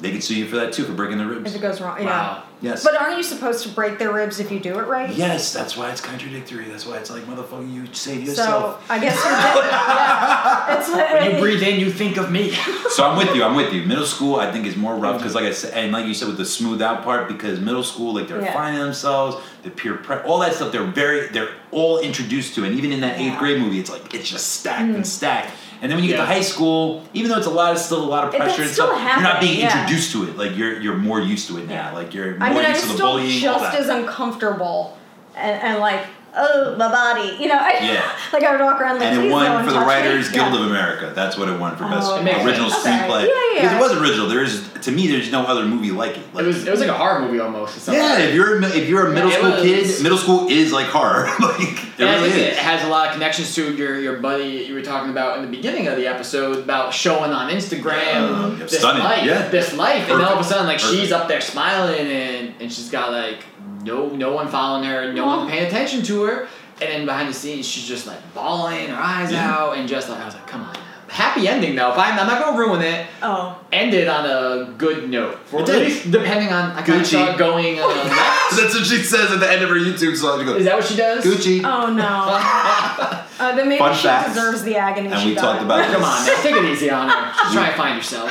S1: they could sue you for that too for breaking the
S3: if
S1: ribs.
S3: it goes wrong, yeah.
S2: Wow.
S1: Yes.
S3: But aren't you supposed to break their ribs if you do it right?
S1: yes, that's why it's contradictory. That's why it's like motherfucker, you save
S3: So
S1: yourself.
S3: I guess you're dead. yeah. It's
S2: When you breathe in, you think of me.
S1: So I'm with you. I'm with you. Middle school, I think, is more rough
S3: Mm-hmm.
S1: because, like I said, and like you said, with the smooth out part, because middle school, like they're
S3: Yeah.
S1: finding themselves, the peer prep, all that stuff. They're very, they're all introduced to, and even in that eighth
S3: Yeah. Mm.
S1: grade movie, it's like it's just stacked and stacked. And then when you get to
S2: Yeah.
S1: high school, even though it's a lot, it's still a lot of
S3: It-
S1: pressure
S3: that's
S1: and stuff.
S3: still
S1: You're not being
S3: happening, yeah.
S1: introduced to it. Like you're, you're more used to it now. Like you're more
S3: I mean, I
S1: used
S3: was
S1: to the
S3: still
S1: bullying. all
S3: just
S1: that.
S3: as uncomfortable and, and like, oh, my body. You know, I,
S1: Yeah.
S3: like I would walk around like,
S1: and it
S3: "Please,
S1: won
S3: no one
S1: for the
S3: touch me."
S1: Writers Guild
S3: yeah.
S1: of America. That's what it won for best
S3: Oh,
S2: It makes
S1: original
S3: sense. Okay.
S1: screenplay.
S3: Yeah, yeah,
S1: Because
S3: yeah.
S1: it was original. There is, to me, there's no other movie like it.
S2: It
S1: Like,
S2: was it was like a horror movie almost. or something.
S1: Yeah, if you're a, mi- if you're a middle
S2: it
S1: school
S2: was-
S1: kid, middle school is like horror. like it
S2: And I
S1: really
S2: think it
S1: is.
S2: has a lot of connections to your, your buddy you were talking about in the beginning of the episode about showing on Instagram
S1: Um,
S2: this
S1: stunning,
S2: life,
S1: yeah.
S2: this life, and all of a
S1: Perfect,
S2: sudden like
S1: perfect.
S2: she's up there smiling and, and she's got like no no one following her, no
S3: Aw.
S2: one paying attention to her, and then behind the scenes she's just like bawling her eyes
S1: Yeah.
S2: out and just like I was like come on, happy ending though. If I'm, I'm not gonna ruin it.
S3: Oh.
S2: Ended on a good note. For
S1: It
S2: at
S1: did.
S2: least depending on I
S1: Gucci.
S2: kind of saw it going. Uh, left.
S1: That's what she says at the end of her YouTube song. She
S2: Is
S1: goes,
S2: that what she does?
S1: Gucci.
S3: Oh, no. Uh, then maybe
S1: Fun
S3: she
S1: facts.
S3: deserves the agony
S1: and
S3: she
S1: we
S3: got.
S1: talked about
S2: Come
S1: this.
S2: on, man. Take it easy on her. Just try and find yourself.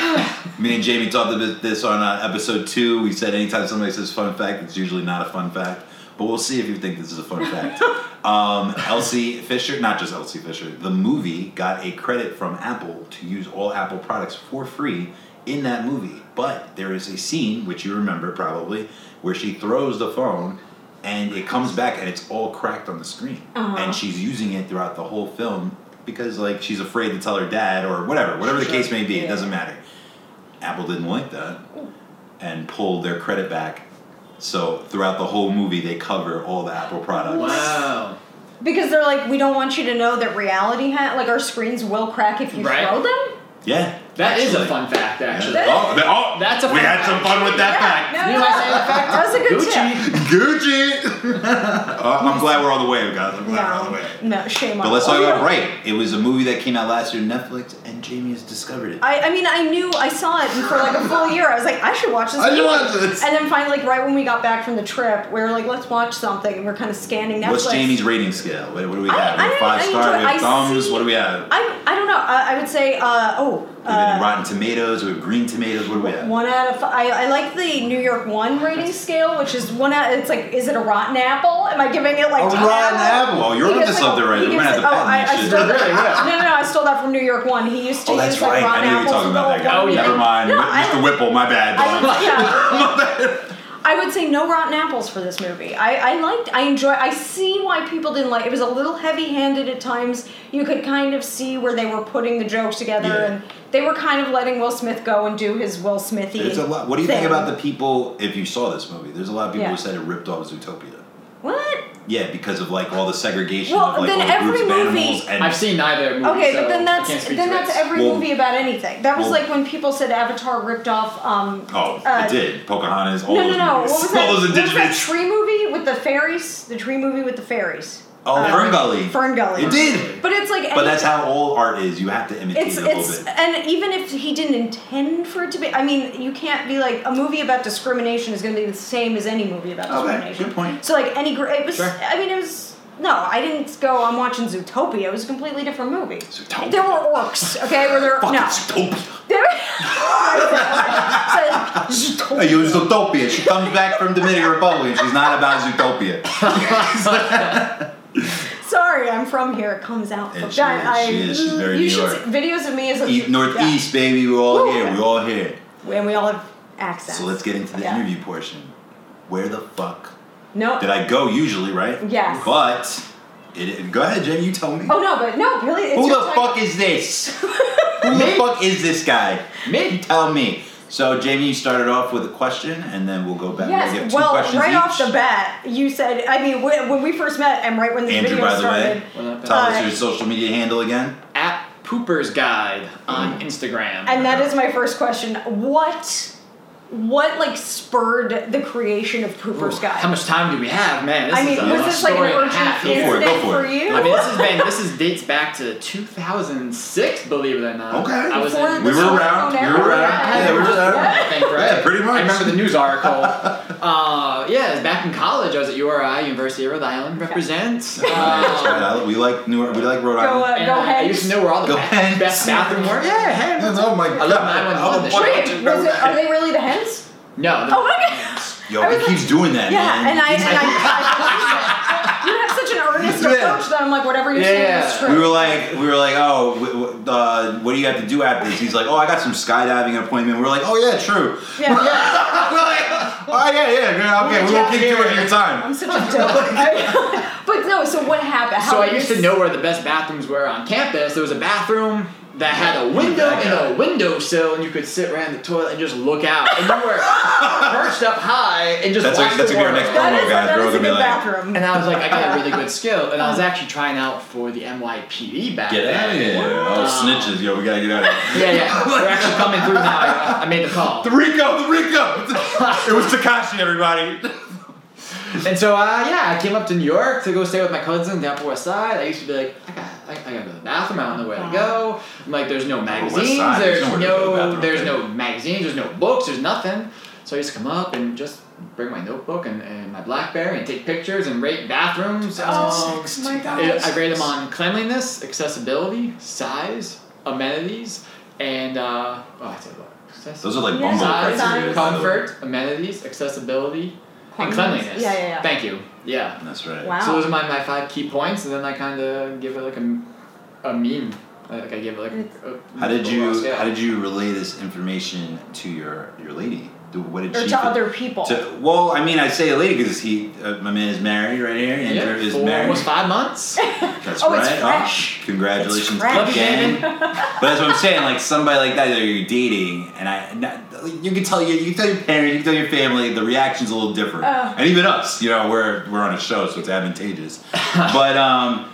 S1: Me and Jamie talked about this on uh, episode two. We said anytime somebody says fun fact, it's usually not a fun fact. But we'll see if you think this is a fun fact. um, Elsie Fisher, not just Elsie Fisher, the movie got a credit from Apple to use all Apple products for free in that movie. But there is a scene, which you remember probably, where she throws the phone and it comes back and it's all cracked on the screen.
S3: Uh-huh.
S1: And she's using it throughout the whole film because like she's afraid to tell her dad or whatever, whatever the
S2: Sure.
S1: case may be,
S3: Yeah.
S1: it doesn't matter. Apple didn't like that and pulled their credit back. So throughout the whole movie, they cover all the Apple products.
S2: Wow.
S3: Because they're like, we don't want you to know that reality, ha- like our screens will crack if you
S2: Right.
S3: throw them.
S1: Yeah,
S2: that is
S1: actually.
S2: a fun fact,
S1: Yeah.
S2: actually.
S1: Oh, they- oh,
S2: That's a
S1: we
S2: fun
S1: had some
S2: fact.
S1: fun with that fact.
S3: No,
S2: You know
S3: no.
S2: what I say? That fact?
S3: That was a good
S2: Gucci.
S1: Gucci. Uh, I'm glad we're all the way, guys. I'm glad we're all the way.
S3: tip. No, no, shame on
S1: But let's
S3: all
S1: talk
S3: you. Oh,
S1: about Bright. It was a movie that came out last year on Netflix, and Jamie has discovered it.
S3: I, I mean, I knew I saw it and for like a full year. I was like, I should watch this.
S1: I should
S3: movie.
S1: watch this.
S3: And then finally, like right when we got back from the trip, we were like, let's watch something. And we're kind of scanning Netflix.
S1: What's Jamie's rating scale? What, what do we
S3: I-
S1: have? we
S3: I
S1: have
S3: don't-
S1: five
S3: I
S1: star.
S3: enjoy-
S1: we have
S3: I
S1: thumbs.
S3: see-
S1: What do we have?
S3: I I don't know. I, I would say uh, oh.
S1: We've been in
S3: Uh,
S1: Rotten Tomatoes. We have Green Tomatoes. What do we have?
S3: one out of five. I, I like the New York one rating scale, which is one out. It's like, is it a rotten apple? Am I giving it like
S1: A
S3: ten
S1: rotten
S3: out of-
S1: apple? You're
S3: He
S1: onto
S3: gives, like,
S1: something
S3: a-
S1: right
S3: he
S1: there. We're gonna
S3: gives
S1: have
S3: it-
S1: to
S3: Oh,
S1: patent
S3: I,
S1: that
S3: I
S1: shit.
S3: stole
S2: Really, yeah.
S3: that. No, no, no. I stole that from New York one, he used to
S1: Oh, that's
S3: use like
S1: right.
S3: raw
S1: I knew you were
S3: apples
S1: talking
S3: and
S1: about
S3: all
S1: that guy.
S2: Oh, yeah.
S1: Never mind.
S3: No, I-
S1: Mr. Whipple, my bad.
S3: I
S1: Don.
S3: would, yeah. I would say no rotten apples for this movie. I, I liked, I enjoy, I see why people didn't like. It was a little heavy-handed at times. You could kind of see where they were putting the jokes together,
S1: Yeah.
S3: and they were kind of letting Will Smith go and do his Will Smithy.
S1: There's a lot. What do you think
S3: thing.
S1: about the people? If you saw this movie, there's a lot of people
S3: Yeah.
S1: who said it ripped off Zootopia.
S3: What?
S1: Yeah, because of like all the segregation
S3: Well,
S1: of like
S3: then
S1: all the groups
S3: every
S1: of
S3: movie-
S1: animals. And
S2: I've seen neither movie.
S3: Okay,
S2: so
S3: but then
S2: I
S3: that's
S2: can't speak
S3: then
S2: to
S3: that's
S2: it.
S3: every
S1: Well-
S3: movie about anything. That was
S1: Well-
S3: like when people said Avatar ripped off. Um,
S1: Oh,
S3: uh,
S1: it did. Pocahontas. All
S3: No, no,
S1: those
S3: no. What
S1: Movies.
S3: was
S1: All
S3: that?
S1: those
S3: what was that
S1: indigenous.
S3: tree movie with the fairies? The tree movie with the fairies.
S1: Oh,
S3: Uh,
S1: Fern Gully.
S3: Fern Gully.
S1: It did.
S3: But it's like.
S1: But that's how all art is. You have to imitate
S3: It's
S1: it a little
S3: it's
S1: bit.
S3: and even if he didn't intend for it to be, I mean, you can't be like a movie about discrimination is going to be the same as any movie about
S1: Okay,
S3: discrimination.
S1: good point.
S3: So like any, gr- it was.
S2: Sure.
S3: I mean, it was. No, I didn't go. I'm watching Zootopia. It was a completely different movie.
S1: Zootopia.
S3: There were orcs. Okay, where there
S1: Fucking
S3: no.
S1: Zootopia.
S3: There. Says Zootopia.
S1: Hey, you're Zootopia. She comes back from Dominican Republic. She's not about Zootopia.
S3: Sorry, I'm from here. It comes out.
S1: And
S3: But
S1: she is,
S3: I,
S1: she is. She's very
S3: you
S1: New
S3: should
S1: York.
S3: see videos of me as a
S1: East, E, Northeast, baby. We're all
S3: Woo.
S1: here. We're all here.
S3: yeah. and we all have accents.
S1: So let's get into the
S3: Yeah.
S1: interview portion. Where the fuck
S3: No.
S1: did I go? Usually, right?
S3: Yes.
S1: But it, it- go ahead, Jen. You tell me.
S3: Oh no, but no, really. It's
S1: Who
S3: your
S1: the
S3: time.
S1: fuck is this? Who the
S2: Me?
S1: fuck is this guy?
S2: Me?
S1: Tell me. So Jamie, you started off with a question, and then we'll go back. we have
S3: Yes.
S1: two
S3: Well,
S1: questions
S3: right off
S1: each.
S3: the bat, you said. I mean, when, when we first met, and right when the
S1: Andrew,
S3: video
S1: by the
S3: started.
S1: way,
S2: Well, not
S1: tell us
S3: bad.
S1: your social media handle again.
S2: At Pooper's Guide on
S3: Mm.
S2: Instagram.
S3: And that is my first question. What, what like spurred the creation of Pooper's Guide?
S2: How much time do we have, man? This
S3: I mean,
S2: is a
S3: was this like an
S2: story and a half.
S3: urgent
S1: Go for it,
S3: incident
S1: go for it.
S3: you?
S2: I mean, this has been this is dates back to 2006, believe it or not.
S1: Okay.
S2: I was
S3: Before
S2: in,
S3: the
S1: We were
S3: cell
S1: around.
S3: phone
S1: We were
S3: era.
S1: around.
S2: I had
S1: Yeah, we were
S2: just
S1: around.
S2: born, I think, right?
S1: Yeah, pretty much.
S2: I remember the news article. uh, yeah, it was back in college. I was at URI, University of Rhode Island, represents.
S1: That's right.
S2: Uh,
S1: I- we like New we like Rhode
S3: Go,
S1: Island.
S3: uh,
S2: and
S3: go
S2: I- I
S3: ahead.
S2: used to know where all the
S1: Go
S2: ba-
S1: ahead.
S2: best bathroom were. Yeah, hey,
S1: Yeah, oh my god!
S2: I love 911
S1: I'm a
S2: this year.
S1: bunch
S3: Wait,
S1: of
S3: was it, are
S1: Rhode-
S3: they really the hens?
S2: No.
S3: Oh,
S2: no.
S3: okay.
S1: Yo,
S3: I
S1: he
S3: was
S1: keeps doing that, man.
S3: Yeah, and I,
S1: He
S3: and I, I- you have such an earnest
S1: Yeah.
S3: approach that I'm like, whatever you're saying is
S2: Yeah.
S3: true.
S1: We were like, we were like, oh, w- w- uh, what do you have to do after this? He's like, oh, I got some skydiving appointment. We're like, oh yeah, true.
S3: yeah.
S1: We're like, oh yeah, yeah, yeah, okay, we won't keep doing your
S3: I'm
S1: time.
S3: such a dope. I- but no, so what happened? How
S2: So I
S3: did
S2: used
S3: you
S2: to know where the best bathrooms were on campus. There was a bathroom that had a window
S1: back out.
S2: and a windowsill, and you could sit around the toilet and just look out. And you were perched up high and just
S1: That's
S2: watch
S1: like that's
S2: the
S1: gonna be our next
S2: world.
S3: That
S1: promo,
S3: is,
S1: guys.
S3: that
S1: We're all
S3: is a
S1: gonna
S3: good
S1: be like,
S3: bathroom.
S2: And I was like, I got a really good skill, and I was actually trying out for the NYPD E back
S1: get out
S2: then.
S1: of here. Oh, snitches, yo, we gotta get out of here.
S2: Yeah, yeah, they're actually coming through now. I, I made the call,
S1: The Rico, the Rico. it was Takashi, everybody.
S2: and so uh, yeah, I came up to New York to go stay with my cousin down Upper West Side. I used to be like, I got, I, I gotta go to the bathroom. I don't know where to go. I'm like, there's no
S1: West
S2: magazines.
S1: Side, there's nowhere
S2: There's,
S1: to go to the
S2: no,
S1: bathroom,
S2: there's
S1: okay.
S2: no magazines. There's no books. There's nothing. So I used to come up and just bring my notebook and, and my BlackBerry and take pictures and rate bathrooms. Um,
S3: oh my god.
S2: I I rate them on cleanliness, accessibility, size, amenities, and uh, oh, I said what?
S1: Those are like
S3: Yeah.
S1: bumble
S2: size,
S1: criteria. by the way.
S2: comfort, amenities, accessibility, and
S3: Cleanliness.
S2: cleanliness.
S3: Yeah, yeah, yeah.
S2: Thank you. Yeah.
S1: That's right.
S3: Wow.
S2: So those are my, my five key points, and then I kind of give it like a, a meme. Like I give it like. A,
S1: How did you how did you relay this information to your your lady? Do- What did
S3: Or
S1: she
S3: to
S1: think?
S3: other people.
S1: To, well, I mean, I say a lady because he, uh, my man, is married right here. Andrew
S2: Yeah,
S1: is
S2: for
S1: married.
S2: almost five months.
S1: That's
S3: Oh,
S1: right.
S3: it's fresh.
S1: congratulations
S3: It's fresh.
S2: Love you,
S1: again.
S2: baby.
S1: but that's what I'm saying. Like somebody like that that you're dating, and I, and I- you can tell you, you can tell your parents, you can tell your family, the reaction's a little different,
S3: Oh.
S1: and even us. You know, we're we're on a show, so it's advantageous. but um,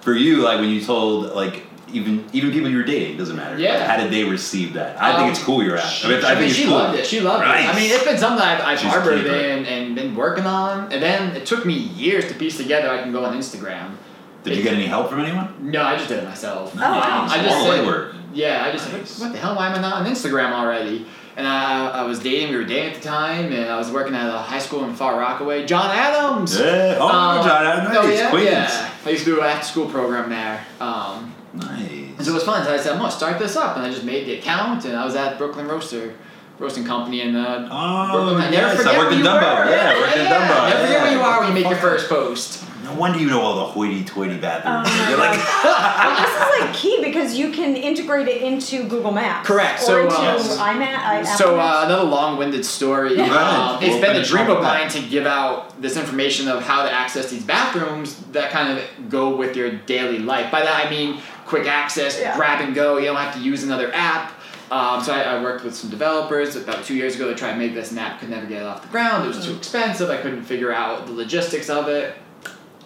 S1: for you, like when you told like. Even even people you were dating doesn't matter.
S2: Yeah.
S1: How did they receive that? I think
S2: Um,
S1: it's cool you're out.
S2: She,
S1: I mean, I
S2: she-
S1: think
S2: she
S1: it's cool.
S2: loved it. She loved it.
S1: Nice.
S2: I mean, it's been something I've, I've
S1: She's a
S2: harbored
S1: keeper.
S2: in and been working on, and then it took me years to piece together. I can go on Instagram.
S1: Did you get any help from anyone?
S2: No, I just did it myself.
S1: Oh,
S2: Yeah,
S3: wow.
S2: I just
S1: All the
S2: said,
S1: legwork.
S2: Yeah, I just
S1: Nice.
S2: said, what the hell? Why am I not on Instagram already? And I, I was dating. We were dating at the time, and I was working at a high school in Far Rockaway. John Adams.
S1: Yeah. Oh,
S2: Um,
S1: John, Adams,
S2: oh,
S1: nice.
S2: yeah,
S1: Queens.
S2: yeah. I used to do an after-school program there. Um, and
S1: Nice.
S2: so it was fun. So I said, I'm gonna start this up, and I just made the account, and I was at Brooklyn Roaster, roasting company, and uh,
S1: Oh,
S2: Brooklyn. I
S1: yes,
S2: never
S1: I
S2: forget
S1: worked
S2: where
S1: in
S2: you
S1: Dumbo.
S2: were.
S1: Yeah, I worked in Dumbo.
S2: Never forget
S1: Yeah.
S2: where you are when you make your first post.
S1: No wonder you know all the hoity-toity bathrooms.
S3: Oh my
S1: You're like,
S3: Well, this is like key because you can integrate it into Google Maps.
S2: Correct,
S3: Or
S2: so,
S3: into
S2: uh,
S3: iMap. I,
S2: So uh, another long-winded story.
S3: Yeah.
S2: Um,
S1: Right.
S2: it's
S1: We'll
S2: been a
S1: finish
S2: dream
S1: up
S2: of
S1: with
S2: mine
S1: that.
S2: to give out this information of how to access these bathrooms that kind of go with your daily life. By that I mean quick access,
S3: Yeah.
S2: grab and go. You don't have to use another app. Um, so I, I worked with some developers about two years ago to try and make this, and app could never get it off the ground. It was too expensive. I couldn't figure out the logistics of it.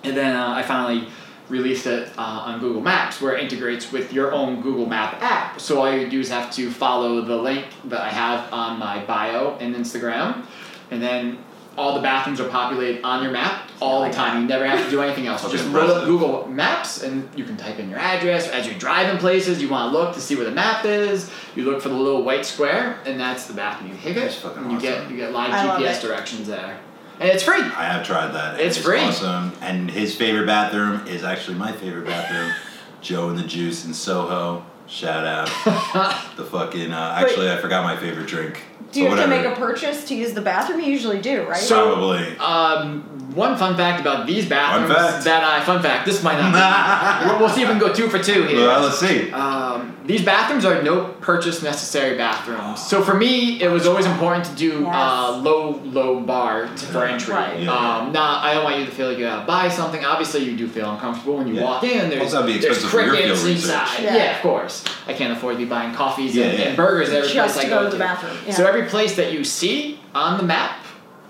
S2: And then uh, I finally released it uh, on Google Maps, where it integrates with your own Google Map app. So all you do is have to follow the link that I have on my bio and Instagram, and then all the bathrooms are populated on your map all the time. You never have to do anything else.
S1: That's
S2: Just load up
S1: impressive.
S2: Google Maps, and you can type in your address. As you're driving places, you want to look to see where the map is. You look for the little white square, and that's the bathroom. You hit it,
S1: That's fucking
S2: and you get
S1: awesome.
S2: you get live
S3: I love
S2: GPS
S3: it.
S2: directions there, and it's free.
S1: I have tried that. and
S2: It's free.
S1: Awesome. And his favorite bathroom is actually my favorite bathroom, Joe and the Juice in Soho. Shout out. the fucking. Uh, actually, I forgot my favorite drink.
S3: do you
S1: but
S3: have to make
S1: whatever.
S3: a purchase to use the bathroom? You usually do, right?
S2: So-
S1: Probably.
S2: Um, one fun fact about these bathrooms
S1: Fun fact.
S2: that I fun fact. This might not. Be, we'll, we'll see if we can go two for two here.
S1: Well, let's see.
S2: Um, these bathrooms are no purchase necessary bathrooms. So for me, it was always important to do uh,
S3: Yes.
S2: low low bar to, for entry.
S3: Right.
S1: Yeah.
S2: Um, not I don't want you to feel like you gotta buy something. Obviously, you do feel uncomfortable when you
S1: Yeah.
S2: walk in. There's
S1: Plus, that'd be
S2: there's
S1: expensive for your
S2: crickets
S1: field research.
S2: inside.
S3: Yeah.
S2: of course. I can't afford to be buying coffees
S1: Yeah,
S2: and,
S1: yeah.
S2: and burgers every
S3: Just
S2: place
S3: to
S2: I
S3: go
S2: go
S3: to the bathroom, yeah.
S2: So every place that you see on the map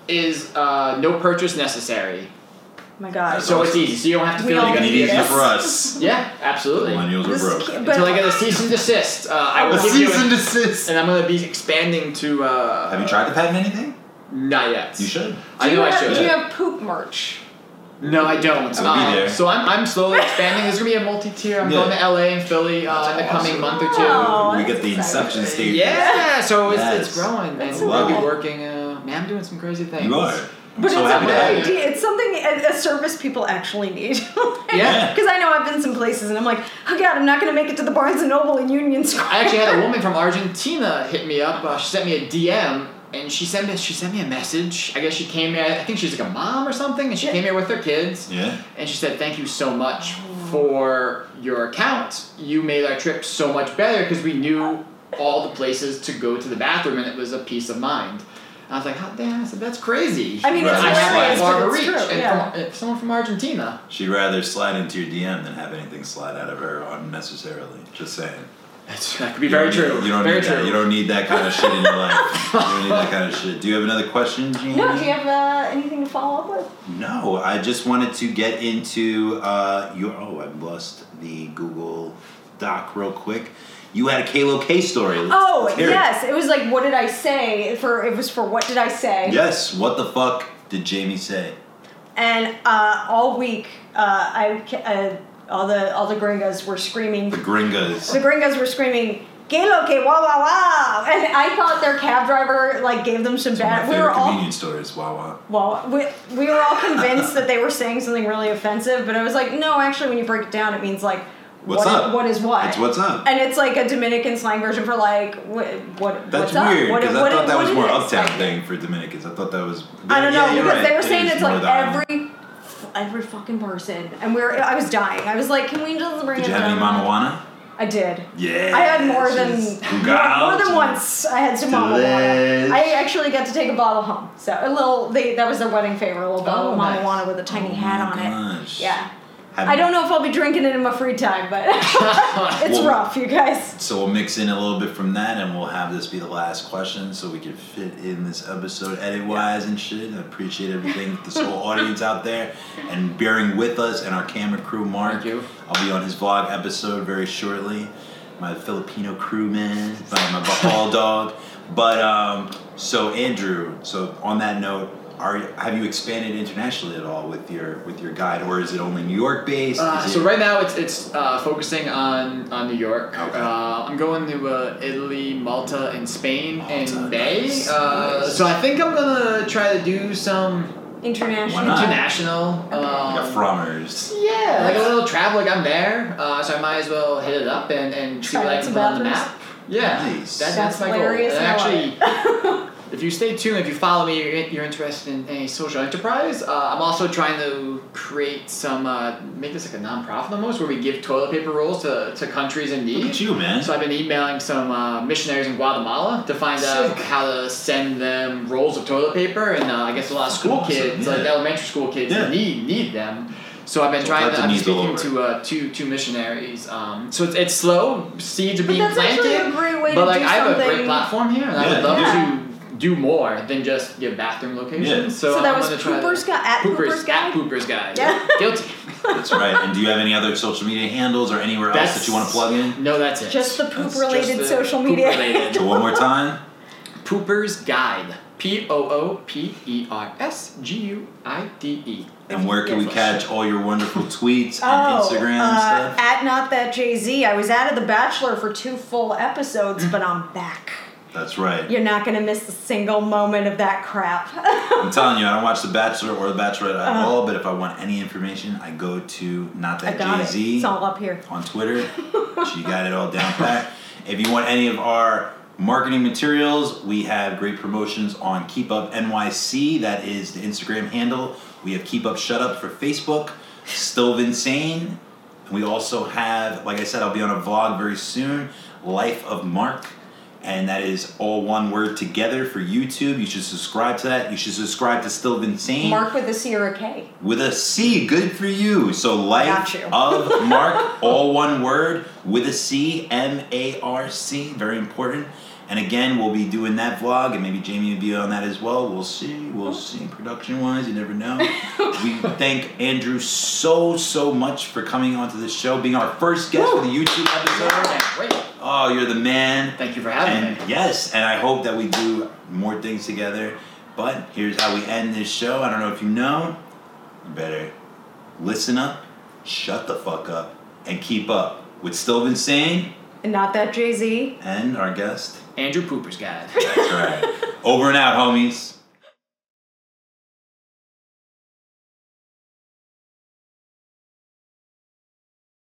S2: is uh, no purchase necessary.
S3: Oh my God.
S1: That's
S2: So it's easy. So you don't have to
S3: We
S2: feel
S3: all
S2: like
S1: Making
S2: you
S1: it
S3: do
S2: gotta
S1: easier
S3: this.
S1: for us.
S2: yeah, absolutely.
S1: Millennials
S3: This
S1: are
S3: is
S1: broke.
S3: cute,
S2: Until
S3: but-
S2: I get a cease and desist, uh, I will
S1: A
S2: give you
S1: cease
S2: an-
S1: and desist.
S2: and I'm gonna be expanding to. Uh,
S1: Have you tried to patent anything?
S2: Not yet.
S1: You should.
S3: Do
S2: I
S3: you
S2: know I
S3: have,
S2: should.
S3: Do you have poop merch?
S2: No, I don't.
S1: It'll be
S2: Um,
S1: there.
S2: So I'm, I'm slowly expanding. There's gonna be a multi-tier. I'm
S1: Yeah.
S2: going to LA and Philly uh, in the coming
S1: awesome.
S2: month or two.
S3: Wow. Oh,
S1: we
S3: that's
S1: get the
S3: exciting.
S1: inception stage.
S2: Yeah, so it's,
S1: Yes.
S2: it's growing,
S3: That's
S2: and we'll be
S1: cool.
S2: working. Uh, man, I'm doing some crazy things.
S1: You are. I'm
S3: But
S1: so
S3: it's
S1: happy
S3: a
S1: to
S3: good
S1: have you.
S2: you.
S3: idea. It's something a, a service people actually need.
S2: Yeah.
S3: Because I know I've been some places and I'm like, oh God, I'm not going to make it to the Barnes and Noble in Union Square.
S2: I actually had a woman from Argentina hit me up. Uh, she sent me a DM and she sent me she sent me a message. I guess she came here. I think she's like a mom or something, and she
S3: Yeah.
S2: came here with her kids.
S1: Yeah.
S2: And she said, "Thank you so much
S3: Mm.
S2: for your account. You made our trip so much better because we knew all the places to go to the bathroom, and it was a peace of mind." I was like, "How damn!" I said, "That's crazy."
S3: I mean,
S1: it's
S2: I had
S1: hilarious,
S2: that far
S3: but
S2: of a
S3: it's
S2: reach,
S3: true,
S2: and
S3: yeah.
S2: from, uh, someone from Argentina.
S1: She'd rather slide into your DM than have anything slide out of her unnecessarily. Just saying.
S2: that could be very
S1: You don't
S2: true.
S1: need- You don't
S2: very
S1: need
S2: true.
S1: that. You don't need that kind of shit in your life. You don't need that kind of shit. Do you have another question, Gene?
S3: No, do you have uh, anything to follow up with?
S1: No, I just wanted to get into uh, your. Oh, I've lost the Google Doc real quick. You had a Kalo K story. Let's-
S3: Oh
S1: let's hear it.
S3: yes, it was like what did I say for it was for what did I say?
S1: Yes. What the fuck did Jamie say?
S3: And uh, all week, uh, I ca- uh, all the all the gringos were screaming.
S1: The gringas.
S3: The gringos were screaming. Galo que wow wow wow, and I thought their cab driver like gave them some
S1: One of
S3: bad.
S1: my
S3: We were
S1: favorite
S3: all
S1: convenience stores. Wawa.
S3: well, we, we were all convinced that they were saying something really offensive, but I was like, no, actually, when you break it down, it means like
S1: What's
S3: what is-
S1: up?
S3: what is what?
S1: It's what's up.
S3: and it's like a Dominican slang version for like what what
S1: That's
S3: what's
S1: weird
S3: up? What,
S1: because I
S3: what-
S1: thought that
S3: what
S1: was
S3: it
S1: more
S3: is.
S1: uptown
S3: Like,
S1: thing for Dominicans. I thought that was.
S3: I don't
S1: Yeah,
S3: know
S1: you're
S3: because
S1: right.
S3: they were
S1: It
S3: saying
S1: is
S3: it's
S1: more
S3: like
S1: the island.
S3: every every fucking person, and we were I was dying. I was like, can we just bring
S1: Did
S3: it
S1: you have any
S3: down?
S1: Mama Juana?
S3: I did.
S1: Yeah.
S3: I had more than
S1: she's-
S3: more, more
S1: Gougals.
S3: than once. I had some mama
S1: Delish.
S3: wana. I actually got to take a bottle home. So a little they, that was their wedding favor, a little bottle
S2: Oh,
S3: of mama
S2: nice.
S3: wana with a tiny
S1: Oh
S3: hat
S1: my
S3: on
S1: gosh.
S3: it. Yeah.
S1: Have
S3: I
S1: you-
S3: don't know if I'll be drinking it in my free time, but it's
S1: Well-
S3: rough, you guys.
S1: So we'll mix in a little bit from that, and we'll have this be the last question, so we can fit in this episode edit-wise and shit. I appreciate everything, this whole audience out there, and bearing with us and our camera crew, Mark.
S2: Thank you.
S1: I'll be on his vlog episode very shortly. My Filipino crewman, my, my Bahal dog. But um, so Andrew, so on that note, are have you expanded internationally at all with your with your guide, or is it only New York based?
S2: Uh,
S1: Is
S2: so
S1: it-
S2: right now it's it's uh, focusing on, on New York.
S1: Okay.
S2: Uh, I'm going to uh, Italy, Malta, and Spain
S1: Malta,
S2: in May.
S1: nice,
S2: Uh,
S1: nice.
S2: So I think I'm gonna try to do some
S3: International.
S1: Why not?
S2: international.
S1: like a
S2: Um,
S1: Frommers.
S2: yeah, like a little travel. Like I'm there, uh, so I might as well hit it up and, and see
S3: Try
S2: what I
S3: out
S2: can
S3: some
S2: put on the
S3: bathrooms.
S2: map. Yeah,
S1: Nice.
S2: that,
S3: That's
S2: that's my goal.
S3: hilarious
S2: And
S3: and I
S2: actually,
S3: love
S2: if you stay tuned, if you follow me, you're, you're interested in any social enterprise. Uh, I'm also trying to create some, uh, make this like a nonprofit almost, where we give toilet paper rolls to, to countries in need.
S1: Look at you, man.
S2: So I've been emailing some uh, missionaries in Guatemala to find out
S3: Sick.
S2: how to send them rolls of toilet paper, and uh, I guess a lot of school
S1: Awesome,
S2: kids, like
S1: yeah.
S2: elementary school kids,
S1: Yeah.
S2: need need them. So I've been
S1: So
S2: trying
S1: that's
S2: to.
S1: a
S2: I'm
S1: need
S2: speaking
S1: all
S2: to uh, two two missionaries. Um, so it's, it's slow. Seeds are
S3: But
S2: being
S3: that's
S2: planted.
S3: actually a great way
S2: but
S3: to
S2: like
S3: do
S2: I have
S3: something.
S2: a great platform here, and I would
S1: Yeah.
S2: love
S3: Yeah.
S2: to do more than just give bathroom locations.
S1: Yeah.
S2: So,
S3: so that
S2: I'm
S3: was
S2: gonna try to-
S3: Pooper's guy at
S2: Poopers,
S3: Pooper's guy.
S2: at Poopers guy.
S3: Yeah.
S2: Guilty.
S1: That's right. And do you have any other social media handles or anywhere else that you want to plug in?
S2: No, that's it.
S3: Just the
S1: That's
S3: poop
S1: just
S3: related
S2: the
S3: social
S2: poop
S3: media.
S2: related.
S1: So one more time.
S2: Pooper's Guide. P O O P E R S G U I D E.
S1: And where can we catch all your wonderful tweets and
S3: Oh,
S1: Instagram and
S3: uh,
S1: stuff?
S3: at not that Jay Z. I was out of The Bachelor for two full episodes, but I'm back.
S1: That's right.
S3: You're not gonna miss a single moment of that crap.
S1: I'm telling you, I don't watch The Bachelor or The Bachelorette at all, but if I want any information, I go to Not
S3: Uh-huh. I
S1: That
S3: got
S1: Jay
S3: it.
S1: Z
S3: It's all up here.
S1: on Twitter. she got it all down pat. If you want any of our marketing materials, we have great promotions on Keep Up NYC. That is the Instagram handle. We have Keep Up Shut Up for Facebook. Stove Insane. And we also have, like I said, I'll be on a vlog very soon. Life of Mark. And that is all one word together for YouTube. You should subscribe to that. You should subscribe to Stove Insane
S3: Mark with a C or a K.
S1: with a C. Good for you. So life
S3: Got you.
S1: of Mark, all one word with a C, M A R C. Very important. And again, we'll be doing that vlog, and maybe Jamie will be on that as well. We'll see. We'll
S3: Mm-hmm.
S1: see. Production wise, you never know. we thank Andrew so so much for coming onto the show, being our first guest for the YouTube episode.
S2: Great.
S1: Oh, you're the man.
S2: Thank you for having
S1: And
S2: me.
S1: yes, and I hope that we do more things together. But here's how we end this show. I don't know if you know. You better listen up, shut the fuck up, and keep up with Still Insane
S3: And not that Jay Z.
S1: and our guest.
S2: Andrew Pooper's Guide.
S1: That's right. Over and out, homies.